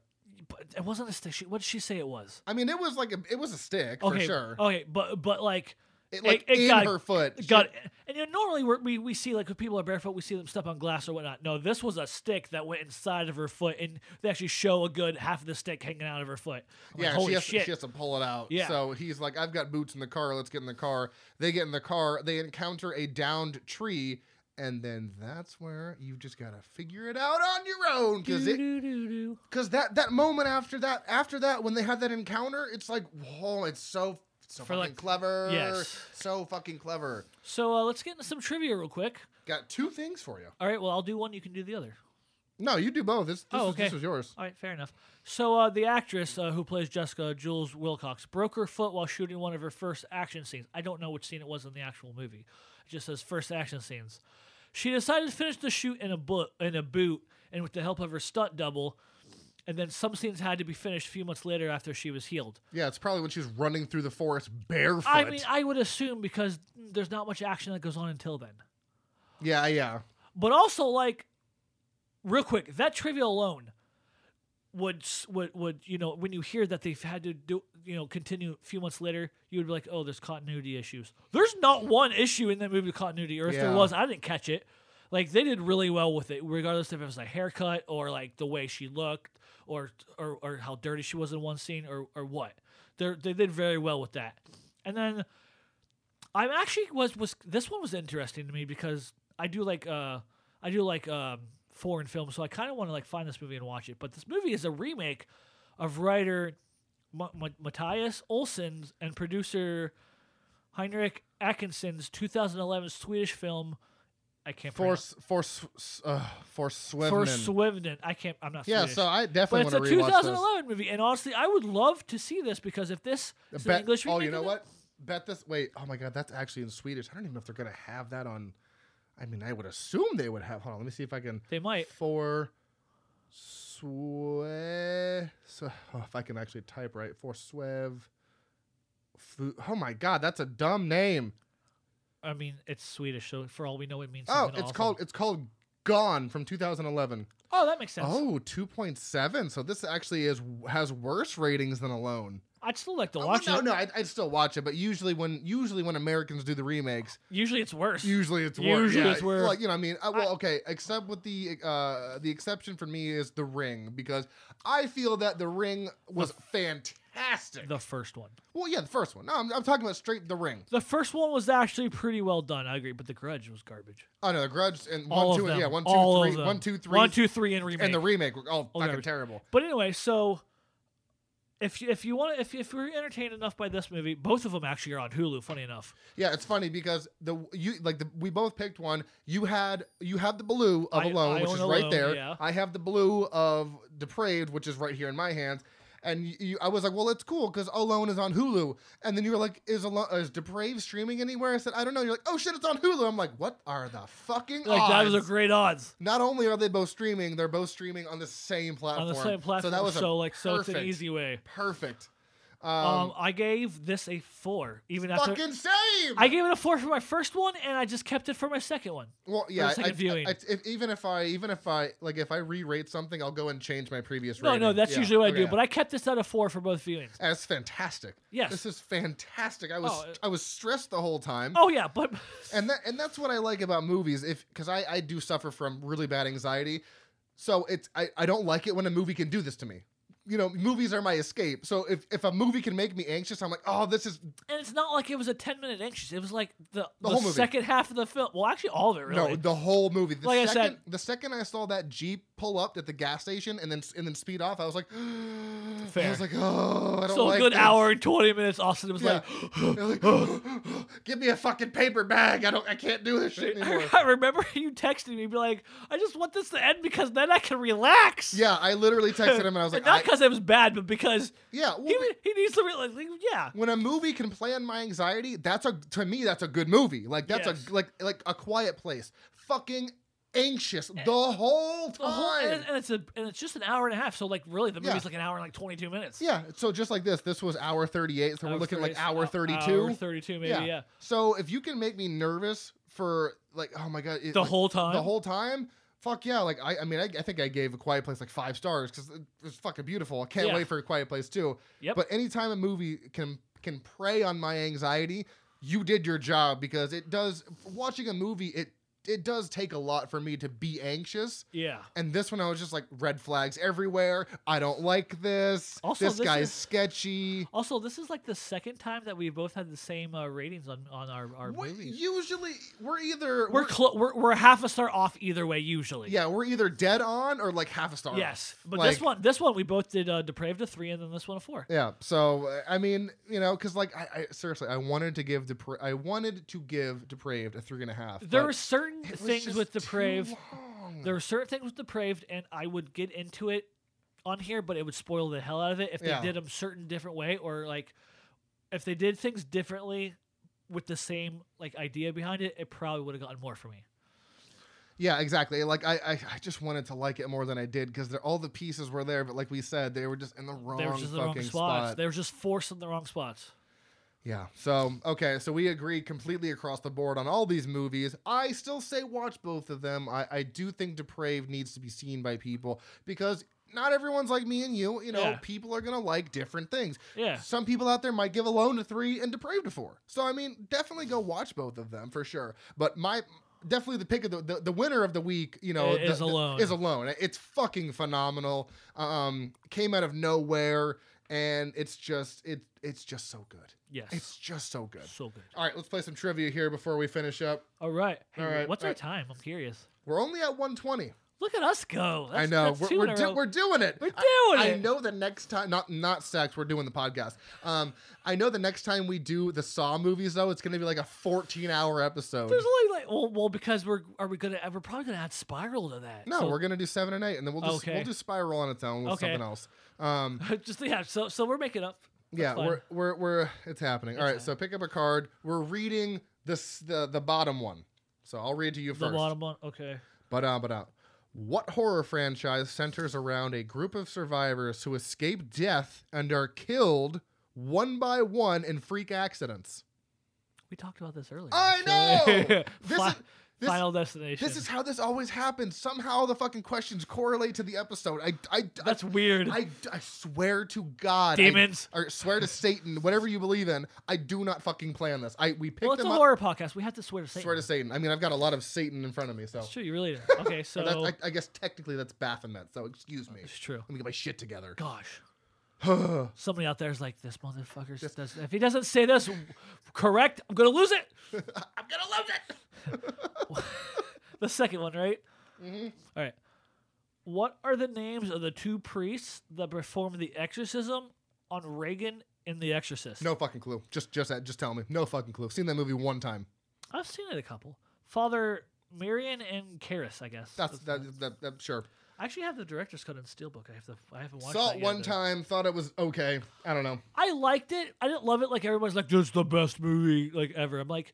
B: But it wasn't a stick. She, what did she say it was?
A: I mean, it was like a, it was a stick for
B: Okay,
A: sure.
B: Okay, but but like
A: it,
B: it-
A: like
B: it
A: in
B: got-
A: her foot.
B: got and you know, normally we're, we we see like when people are barefoot, we see them step on glass or whatnot. No, this was a stick that went inside of her foot, and they actually show a good half of the stick hanging out of her foot. I'm like,
A: yeah,
B: holy
A: she has,
B: shit!
A: she has to pull it out.
B: Yeah.
A: So he's like, "I've got boots in the car. Let's get in the car." They get in the car. They encounter a downed tree, and then that's where you just gotta figure it out on your own because it
B: Doo-doo-doo-doo.
A: because that that moment after that after that when they had that encounter, it's like, whoa, it's so so
B: For,
A: fucking
B: like-
A: clever.
B: Yes.
A: so fucking clever.
B: So uh, let's get into some trivia real quick.
A: Got two things for you.
B: All right, well I'll do one, you can do the other.
A: No, you do both. This this,
B: Oh,
A: is,
B: okay.
A: this was yours.
B: All right, fair enough. So uh, the actress uh, who plays Jessica, Jules Wilcox, broke her foot while shooting one of her first action scenes. I don't know which scene it was in the actual movie. It just says first action scenes. She decided to finish the shoot in a boot, in a boot, and with the help of her stunt double. And then some scenes had to be finished a few months later after she was healed.
A: Yeah, it's probably when she's running through the forest barefoot.
B: I mean, I would assume because there's not much action that goes on until then.
A: yeah, yeah.
B: But also, like, real quick, that trivia alone would s- would would you know when you hear that they've had to do you know continue a few months later, you would be like, oh, there's continuity issues. There's not one issue in that movie with continuity, or if there
A: Yeah.
B: was, I didn't catch it. Like they did really well with it, regardless if it was a haircut or like the way she looked, or or, or how dirty she was in one scene, or or what. They they did very well with that. And then I'm actually was was this one was interesting to me because I do like uh I do like um foreign films, so I kind of want to like find this movie and watch it. But this movie is a remake of writer Ma- Ma- Matthias Olsen's and producer Heinrich Atkinson's 2011 Swedish film. I can't
A: For
B: pronounce-
A: for uh, for
B: for
A: Swivnen.
B: Swivnen. I can't. I'm not.
A: yeah,
B: Swedish.
A: so I
B: But
A: definitely
B: it's
A: want
B: a
A: to rewatch this.
B: 2011 movie, and honestly, I would love to see this because if this is an
A: Bet-
B: English remake,
A: oh, you know
B: of it-
A: what? Bet this. Wait. Oh my God, that's actually in Swedish. I don't even know if they're gonna have that on. I mean, I would assume they would have. Hold on, let me see if I can.
B: they might.
A: For Swe. So, oh, if I can actually type right. For Swev. Fu- Oh my God, that's a dumb name.
B: I mean, it's Swedish, so for all we know, it means.
A: Oh,
B: something
A: it's
B: awesome.
A: called it's called Gone from 2011.
B: Oh, that makes sense.
A: Oh, 2.7. So this actually is has worse ratings than Alone.
B: I'd still like to
A: Oh,
B: watch
A: no,
B: it.
A: no, I'd, I'd still watch it, but usually when usually when Americans do the remakes,
B: Usually, it's worse.
A: usually it's worse.
B: Usually
A: yeah.
B: it's worse.
A: Like you know, what I mean, I, well, okay, except with the uh, the exception for me is The Ring because I feel that The Ring was fantastic.
B: the first one.
A: well, yeah, the first one. No, I'm, I'm talking about straight The Ring.
B: The first one was actually pretty well done. I agree, but The Grudge was garbage.
A: Oh no, The Grudge and
B: All
A: one,
B: of
A: two,
B: them.
A: yeah, one, two,
B: all
A: three-
B: of them.
A: one, two, three,
B: One, two, three, and remake.
A: and the remake were all
B: Oh,
A: fucking
B: garbage.
A: terrible.
B: But anyway, so if you- if you want if if we're entertained enough by this movie, both of them actually are on Hulu. Funny enough,
A: Yeah, it's funny because the you like the we both picked one. You had you have the blue of
B: I-
A: alone,
B: I
A: which
B: own
A: is right
B: Alone,
A: there.
B: yeah.
A: I have the blue of depraved, which is right here in my hands. And you, you, I was like, well, it's cool because alone is on Hulu. And then you were like, is alone is depraved streaming anywhere? I said, I don't know. You're like, oh shit, it's on Hulu. I'm like, what are the fucking
B: like
A: odds?
B: that was a great odds.
A: Not only are they both streaming, they're both streaming on the same platform.
B: on the same platform.
A: So that was a
B: so like so it's an
A: perfect-
B: easy way.
A: perfect.
B: Um,
A: Um,
B: I gave this a four, even after
A: fucking same.
B: I gave it a four for my first one, and I just kept it for my second one.
A: Well, yeah,
B: second
A: I, I-
B: viewing.
A: I- if, even if I, even if I, like, if I re-rate something, I'll go and change my previous.
B: No,
A: rating.
B: no, that's
A: Yeah,
B: usually what I
A: okay,
B: do,
A: yeah.
B: but I kept this at a four for both viewings.
A: that's fantastic.
B: Yes.
A: this is fantastic. I was,
B: Oh, it-
A: I was stressed the whole time.
B: Oh yeah, but
A: And that, and that's what I like about movies. If because I, I do suffer from really bad anxiety, so it's I, I don't like it when a movie can do this to me. You know, movies are my escape. So if, if a movie can make me anxious, I'm like, oh, this is
B: and it's not like it was a ten minute anxious. It was like the the,
A: whole movie.
B: second half of the film. Well, actually, all of it really.
A: No, the whole movie. The
B: Like I
A: second,
B: said-
A: the second I saw that jeep pull up at the gas station and then and then speed off, I was like, I
B: Fair.
A: was like, oh, I don't
B: so a
A: like
B: good
A: this."
B: hour and twenty minutes. Austin was
A: Yeah. I
B: like.
A: was like, give me a fucking paper bag. I don't. I can't do this shit anymore.
B: I remember you texting me, be like, "I just want this to end because then I can relax."
A: yeah, I literally texted him and I was
B: And
A: like,
B: not
A: I,
B: because it was bad, but because
A: yeah. well,
B: he, he needs to realize, like, yeah,
A: when a movie can play on my anxiety, that's a to me that's a good movie. Like that's
B: Yes.
A: a like like a quiet place. Fucking anxious the whole
B: Eh, The whole,
A: time.
B: and, and it's a and it's just an hour and a half. So like really, the
A: Yeah.
B: movie's like an hour and like twenty two minutes.
A: yeah, so just like this, this was hour 38, so we're
B: Hour
A: looking
B: 30,
A: like hour
B: uh,
A: 32.
B: Hour thirty two, maybe. Yeah.
A: So if you can make me nervous for like, oh my god, it-
B: The
A: like,
B: whole time.
A: the whole time, fuck yeah. Like I, I mean, I, I think I gave A Quiet Place like five stars because it's fucking beautiful. I can't
B: Yeah.
A: wait for A Quiet Place too.
B: Yep.
A: But anytime a movie can can prey on my anxiety, you did your job because it does. Watching a movie, it it does take a lot for me to be anxious.
B: yeah.
A: And this one, I was just like red flags everywhere. I don't like this.
B: Also,
A: this,
B: this
A: guy's
B: is-
A: sketchy.
B: Also, this is like the second time that we both had the same uh, ratings on on our our
A: What-
B: movies.
A: usually, we're either
B: we're, clo- we're we're half a star off either way usually.
A: Yeah, we're either dead on or like half a star.
B: Yes,
A: off.
B: but
A: Like,
B: this one this one we both did uh, depraved a three and then this one a four.
A: Yeah. So uh, I mean, you know, because like I, I seriously, I wanted to give Depra- I wanted to give depraved a three and a half.
B: There
A: but
B: were certain
A: it was
B: things
A: just
B: with
A: too
B: depraved.
A: long.
B: There were certain things with depraved, and I would get into it on here, but it would spoil the hell out of it if they
A: Yeah.
B: did 'em did them certain different way, or like if they did things differently with the same like idea behind it, it probably would have gotten more for me.
A: Yeah, exactly. Like I, I, I just wanted to like it more than I did because all the pieces were there, but like we said, they were just in the wrong
B: They were just
A: fucking
B: in the wrong spots.
A: spot.
B: They were just forced in the wrong spots.
A: Yeah. So okay, so we agree completely across the board on all these movies. I still say watch both of them. I, I do think Depraved needs to be seen by people because not everyone's like me and you. You know,
B: Yeah.
A: people are gonna like different things.
B: Yeah.
A: Some people out there might give Alone a three and Depraved a four. So I mean, definitely go watch both of them for sure. But my definitely the pick of the the, the winner of the week. You know,
B: It
A: the-
B: is
A: the-
B: Alone.
A: is Alone. It's fucking phenomenal. Um, came out of nowhere. And it's just it it's just so good.
B: Yes.
A: It's just so good.
B: so good.
A: All right, let's play some trivia here before we finish up.
B: All right. Hey,
A: All right,
B: What's
A: all
B: our
A: right.
B: time? I'm curious.
A: We're only at 120.
B: Look at us go.
A: I
B: That's-
A: know
B: that's
A: we're
B: two
A: we're,
B: in a
A: do-
B: row.
A: we're doing it.
B: We're
A: I-
B: doing
A: I
B: it.
A: know the next time, not not sex. We're doing the podcast. Um, I know the next time we do the Saw movies, though, it's gonna be like a 14 hour episode.
B: There's only like well, well, because we're are we gonna we're probably gonna add spiral to that.
A: No,
B: So-
A: we're gonna do seven and eight, and then we'll just we'll
B: Okay.
A: just spiral on its own with
B: Okay.
A: something else. Um,
B: just yeah. So so we're making up.
A: yeah,
B: fine.
A: we're, we're we're it's happening. All right, so pick up a card. We're reading this the the bottom one. So I'll read to you
B: The
A: first.
B: bottom one. Okay.
A: But uh, but uh, what horror franchise centers around a group of survivors who escape death and are killed one by one in freak accidents?
B: We talked about this earlier.
A: I
B: actually.
A: know! This
B: Fi-
A: is- this-
B: Final Destination.
A: This is how this always happens. Somehow the fucking questions correlate to the episode. I I
B: that's weird.
A: I, I swear to God, I-
B: Demons.
A: or swear to Satan, whatever you believe in. I do not fucking plan this. I we picked
B: well, it's a
A: them up.
B: horror podcast. We have to swear to Satan.
A: Swear to Satan. I mean, I've got a lot of Satan in front of me, so.
B: It's true. You really do. Okay. So
A: But that's- I, I guess technically that's Baphomet. So excuse me.
B: it's true.
A: Let me get my shit together.
B: Gosh.
A: All
B: Somebody out there is like, this motherfucker. Does, if he doesn't say this correct, I'm going to lose it.
A: I'm gonna lose it.
B: The second one, right?
A: Mm-hmm.
B: All right. What are the names of the two priests that performed the exorcism on Reagan in The Exorcist?
A: No fucking clue. Just just that. Just tell me. No fucking clue. Seen that movie one time.
B: I've seen it a couple. Father Marion and Karis, I guess.
A: That's that. that, that sure.
B: I actually have the director's cut on Steelbook. I have the I haven't watched
A: Saw
B: that
A: it
B: yet,
A: one
B: though.
A: time. Thought it was okay. I don't know.
B: I liked it. I didn't love it. Like everyone's like, "This is the best movie like ever." I'm like,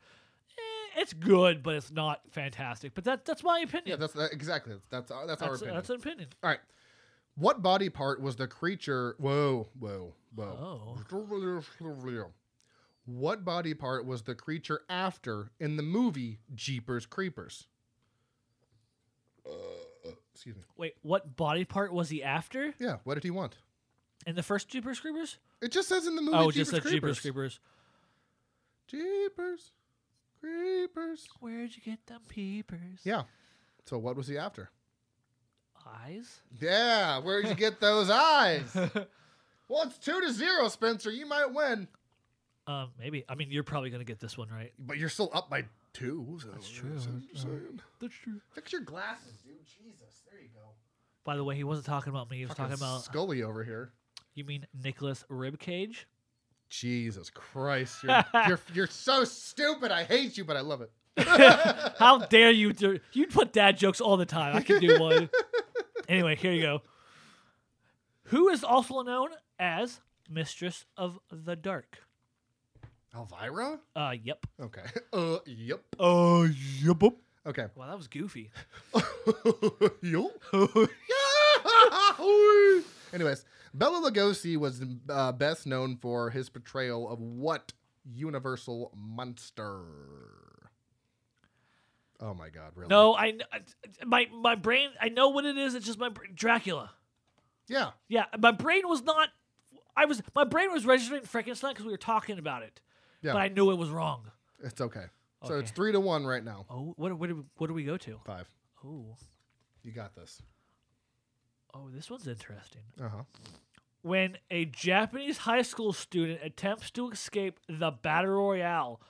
B: eh, it's good, but it's not fantastic. But that that's my
A: Yeah,
B: opinion.
A: that's that, exactly. That's that's, that's our
B: that's,
A: opinion.
B: that's an opinion.
A: All right. What body part was the creature? Whoa, whoa,
B: Oh.
A: whoa. What body part was the creature after in the movie Jeepers Creepers? Uh, excuse me.
B: Wait, what body part was he after
A: Yeah, what did he want?
B: in the first Jeepers Creepers?
A: It just says in the movie
B: oh,
A: Jeepers,
B: just the
A: Creepers.
B: Jeepers
A: Jeepers
B: Creepers.
A: Creepers.
B: Where'd you get them peepers?
A: Yeah. So what was he after?
B: Eyes.
A: Yeah, where'd you get those eyes? Well, it's two to zero, Spencer. You might win,
B: um, maybe. I mean, you're probably gonna get this one right.
A: but you're still up by two. So That's
B: true. That's true.
A: Fix your glasses, dude. Jesus, there you go.
B: By the way, he wasn't talking about me. He was talking about uh,
A: Scully over here.
B: you mean Nicholas Ribcage?
A: Jesus Christ, you're, you're you're so stupid. I hate you, but I love it.
B: How dare you do? You put dad jokes all the time. I can do one. anyway, here you go. Who is also known as Mistress of the Dark?
A: Elvira?
B: Uh, yep.
A: Okay. Uh, yep.
B: Oh, yep.
A: Okay.
B: Wow, that was goofy.
A: Anyways, Bella Lugosi was uh, best known for his portrayal of what Universal monster? Oh my God! Really?
B: No, I, kn- I- my my brain. I know what it is. It's just my br- Dracula.
A: Yeah.
B: Yeah, my brain was not. I was my brain was registering Frankenstein because we were talking about it,
A: Yeah.
B: but I knew it was wrong.
A: It's okay. So
B: Okay.
A: it's three to one right now.
B: Oh, what what do, what do we go to?
A: Five.
B: Oh,
A: You got this.
B: oh, this one's interesting.
A: Uh huh.
B: when a Japanese high school student attempts to escape the battle royale,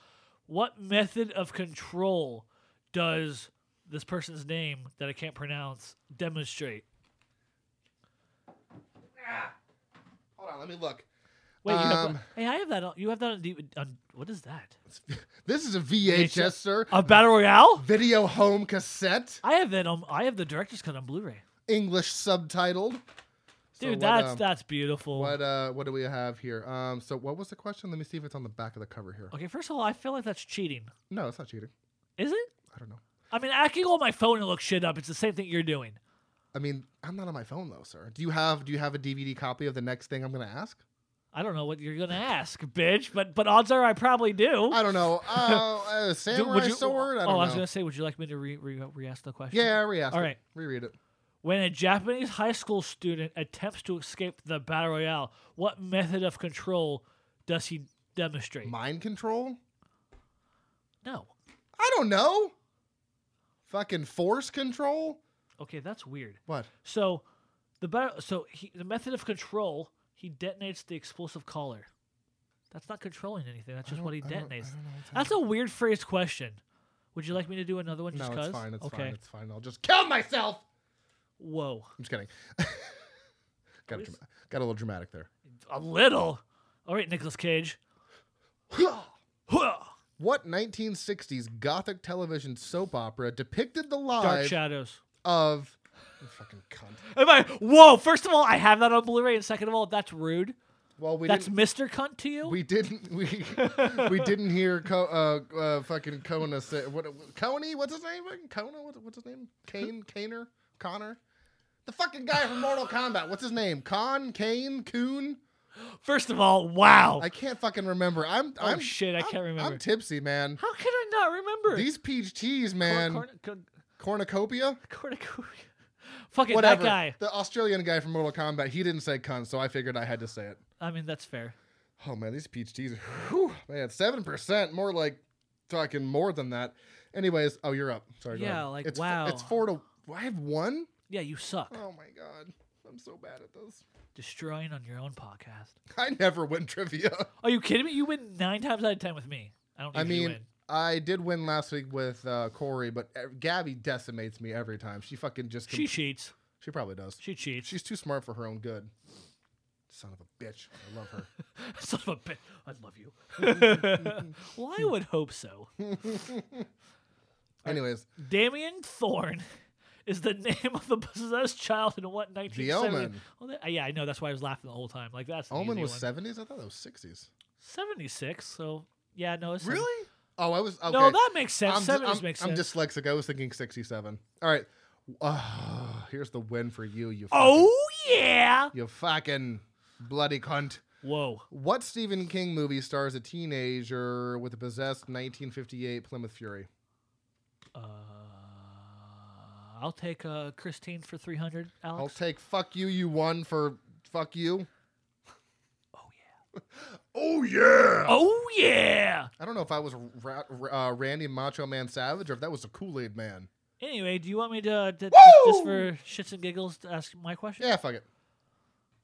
B: what method of control does this person's name that I can't pronounce demonstrate?
A: Hold on. Let me look.
B: Wait, you have,
A: Um,
B: hey, I have that. On, you have that on, D- on what is that?
A: This is a VHS, sir.
B: A battle royale?
A: Video home cassette,
B: I have it on. I have the director's cut on Blu-ray.
A: English subtitled. So
B: Dude,
A: what,
B: that's
A: um,
B: that's beautiful.
A: What uh what do we have here? Um so what was the question? Let me see if it's on the back of the cover here.
B: Okay, first of all, I feel like that's cheating.
A: No, it's not cheating.
B: Is it?
A: I don't know.
B: I mean, I can go on my phone and look shit up. It's the same thing you're doing.
A: I mean, I'm not on my phone though, sir. Do you have do you have a DVD copy of the next thing I'm going to ask?
B: I don't know what you're gonna ask, bitch. But but odds are I probably do.
A: I don't know. Uh, uh
B: Do-
A: samurai sword, I
B: oh,
A: don't
B: I was
A: know.
B: gonna say, would you like me to re, re, re-ask the question?
A: yeah, re-ask.
B: All
A: it.
B: right.
A: Reread it.
B: When a Japanese high school student attempts to escape the battle royale, what method of control does he demonstrate?
A: Mind control?
B: no.
A: I don't know. Fucking force control?
B: Okay, that's weird.
A: What?
B: So, the battle, so he, the method of control, he detonates the explosive collar. That's not controlling anything. That's just
A: don't-
B: what he
A: I don't- I
B: detonates.
A: don't know what's
B: That's a weird phrase question. Would you like me to do another one just
A: No,
B: cause?
A: it's fine. It's
B: okay.
A: fine. It's fine. I'll just kill myself.
B: Whoa.
A: I'm just kidding. got, a, dra- got a little dramatic there.
B: A little. All right, Nicolas Cage. Huh.
A: What 1960s gothic television soap opera depicted the
B: Dark
A: lives
B: Shadows.
A: of You fucking cunt?
B: Am I? Whoa! First of all, I have that on Blu-ray, and second of all, that's rude.
A: Well, we
B: that's
A: didn't.
B: Mister Cunt to you.
A: We didn't. We we didn't hear Co- uh, uh, fucking Kona say what? Coney? What's his name? Fucking Kona? What's, what's his name? Kane? Kaner? Connor? The fucking guy from Mortal Kombat. What's his name? Con? Kane? Coon?
B: First of all, wow.
A: I can't fucking remember. I'm.
B: oh
A: I'm
B: shit, I
A: I'm-
B: can't remember.
A: I'm tipsy, man.
B: How can I not remember?
A: These peach teas,
B: Cor-
A: man.
B: corn- corn-
A: Cornucopia.
B: cornucopia. Fucking
A: Whatever.
B: that guy.
A: The Australian guy from Mortal Kombat. He didn't say cunt, so I figured I had to say it.
B: I mean, that's fair.
A: Oh man, these peach teas, whew, man, seven percent more like talking more than that. Anyways, oh you're up. Sorry. go
B: Yeah,
A: ahead.
B: like,
A: it's, f-
B: wow.
A: It's four to. I have one.
B: Yeah, you suck.
A: Oh my god, I'm so bad at this.
B: Destroying on your own podcast.
A: I never win trivia.
B: Are you kidding me? You win nine times out of ten with me. I don't.
A: I
B: usually
A: mean,
B: win.
A: I did win last week with uh, Corey, but uh, Gabby decimates me every time. She fucking just. She,
B: she cheats.
A: she probably does.
B: She cheats.
A: She's too smart for her own good. Son of a bitch. I love her.
B: Son of a bitch. I love you. well, I would hope so.
A: Anyways,
B: Damien Thorne is the name of the possessed child in what 1970?
A: Omen.
B: Well, that- yeah, I know. That's why I was laughing the whole time. Like that's an
A: Omen
B: easy
A: was
B: one.
A: 70s. I thought it was 60s.
B: 76. So yeah, no, it's
A: Oh, I was. Okay.
B: No, that makes sense.
A: I'm,
B: 70s
A: I'm-
B: makes
A: I'm
B: sense.
A: dyslexic. I was thinking 67. All right. Ah, here's the win for you, you fucking,
B: oh yeah.
A: you fucking bloody cunt.
B: Whoa.
A: What Stephen King movie stars a teenager with a possessed 1958 Plymouth Fury?
B: Uh, I'll take uh, Christine for 300.
A: I'll
B: Alex.
A: take fuck you, you won for fuck you. Oh, yeah. oh, yeah.
B: oh yeah.
A: I don't know if I was Ra- Ra- uh, Randy Macho Man Savage or if that was the Kool Aid Man.
B: Anyway, do you want me to, to
A: Woo!
B: just for shits and giggles to ask my question?
A: Yeah, fuck it.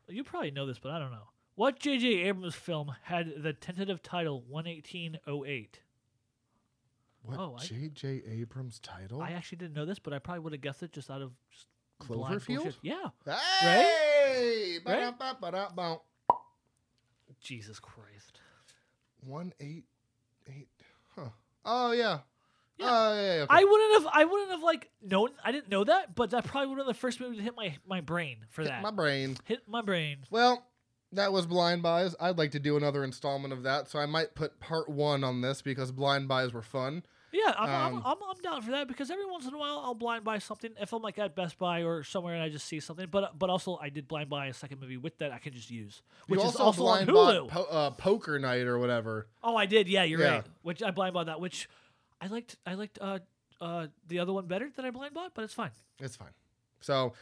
B: You probably know this, but I don't know. What J.J. Abrams film had the tentative title 11808?
A: What
B: Oh, I-
A: J.J. Abrams title?
B: I actually didn't know this, but I probably would have guessed it just out of just blind
A: Cloverfield?
B: bullshit. Yeah.
A: Hey!
B: Right?
A: Ba-da-ba-ba-da-bow.
B: Jesus Christ.
A: One eight eight. Huh. Oh yeah.
B: Yeah.
A: Oh yeah. yeah, okay.
B: I wouldn't have. I wouldn't have like known. I didn't know that, but that probably would have the first movie to hit my my brain for
A: Hit
B: that.
A: my brain.
B: hit my brain.
A: Well, that was blind buys. I'd like to do another installment of that, so I might put part one on this because blind buys were fun.
B: Yeah, I'm,
A: Um,
B: I'm, I'm, I'm down for that because every once in a while I'll blind buy something if I'm like at Best Buy or somewhere and I just see something. But but also I did blind buy a second movie with that I can just use, which
A: you
B: is also on
A: blind
B: Hulu.
A: bought po- uh, poker night or whatever.
B: Oh, I did. Yeah, you're
A: Yeah.
B: right. Which I blind bought that. Which I liked. I liked uh, uh, the other one better that I blind bought, but it's fine.
A: It's fine. So,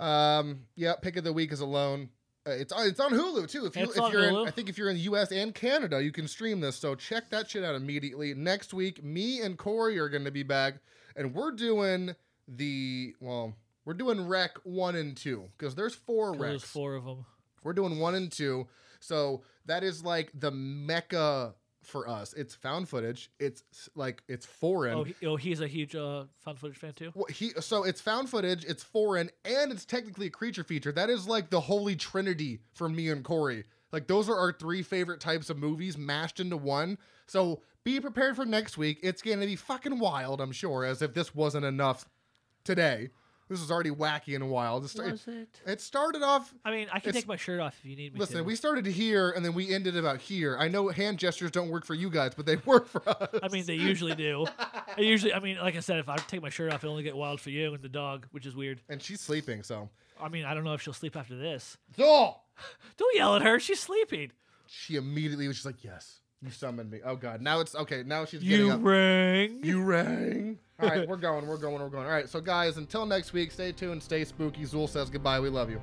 A: um, yeah, pick of the week is alone. Uh, it's on, it's on Hulu too. If you
B: It's
A: if
B: on
A: you're in,
B: Hulu.
A: I think if you're in the U.S. and Canada, you can stream this. So check that shit out immediately. Next week, me and Corey are going to be back, and we're doing the well, we're doing Rec one and two because there's four
B: 'Cause There's
A: Recs.
B: four of them.
A: We're doing one and two. So that is like the mecca for us. It's found footage. It's like it's foreign.
B: Oh, he, oh, he's a huge uh, found footage fan too.
A: Well, he so it's found footage, it's foreign, and it's technically a creature feature. That is like the holy trinity for me and Corey. Like those are our three favorite types of movies mashed into one. So be prepared for next week. It's gonna be fucking wild, I'm sure. As if this wasn't enough today, this is already wacky and wild. It, started-
B: Was it?
A: it started off.
B: I mean, I can
A: It's-
B: take my shirt off if you need me. to.
A: Listen, we started here and then we ended about here. I know hand gestures don't work for you guys, but they work for us.
B: I mean, they usually do. I usually, I mean, like I said, if I take my shirt off, it only get wild for you and the dog, which is weird.
A: and she's sleeping, so.
B: I mean, I don't know if she'll sleep after this.
A: Oh!
B: Don't yell at her; she's sleeping.
A: she immediately was just like, "Yes, you summoned me." Oh God, now it's okay. Now she's getting
B: You
A: up.
B: rang.
A: you rang. All right, we're going. We're going. We're going. All right, so guys, until next week, stay tuned, stay spooky. Zool says goodbye. We love you.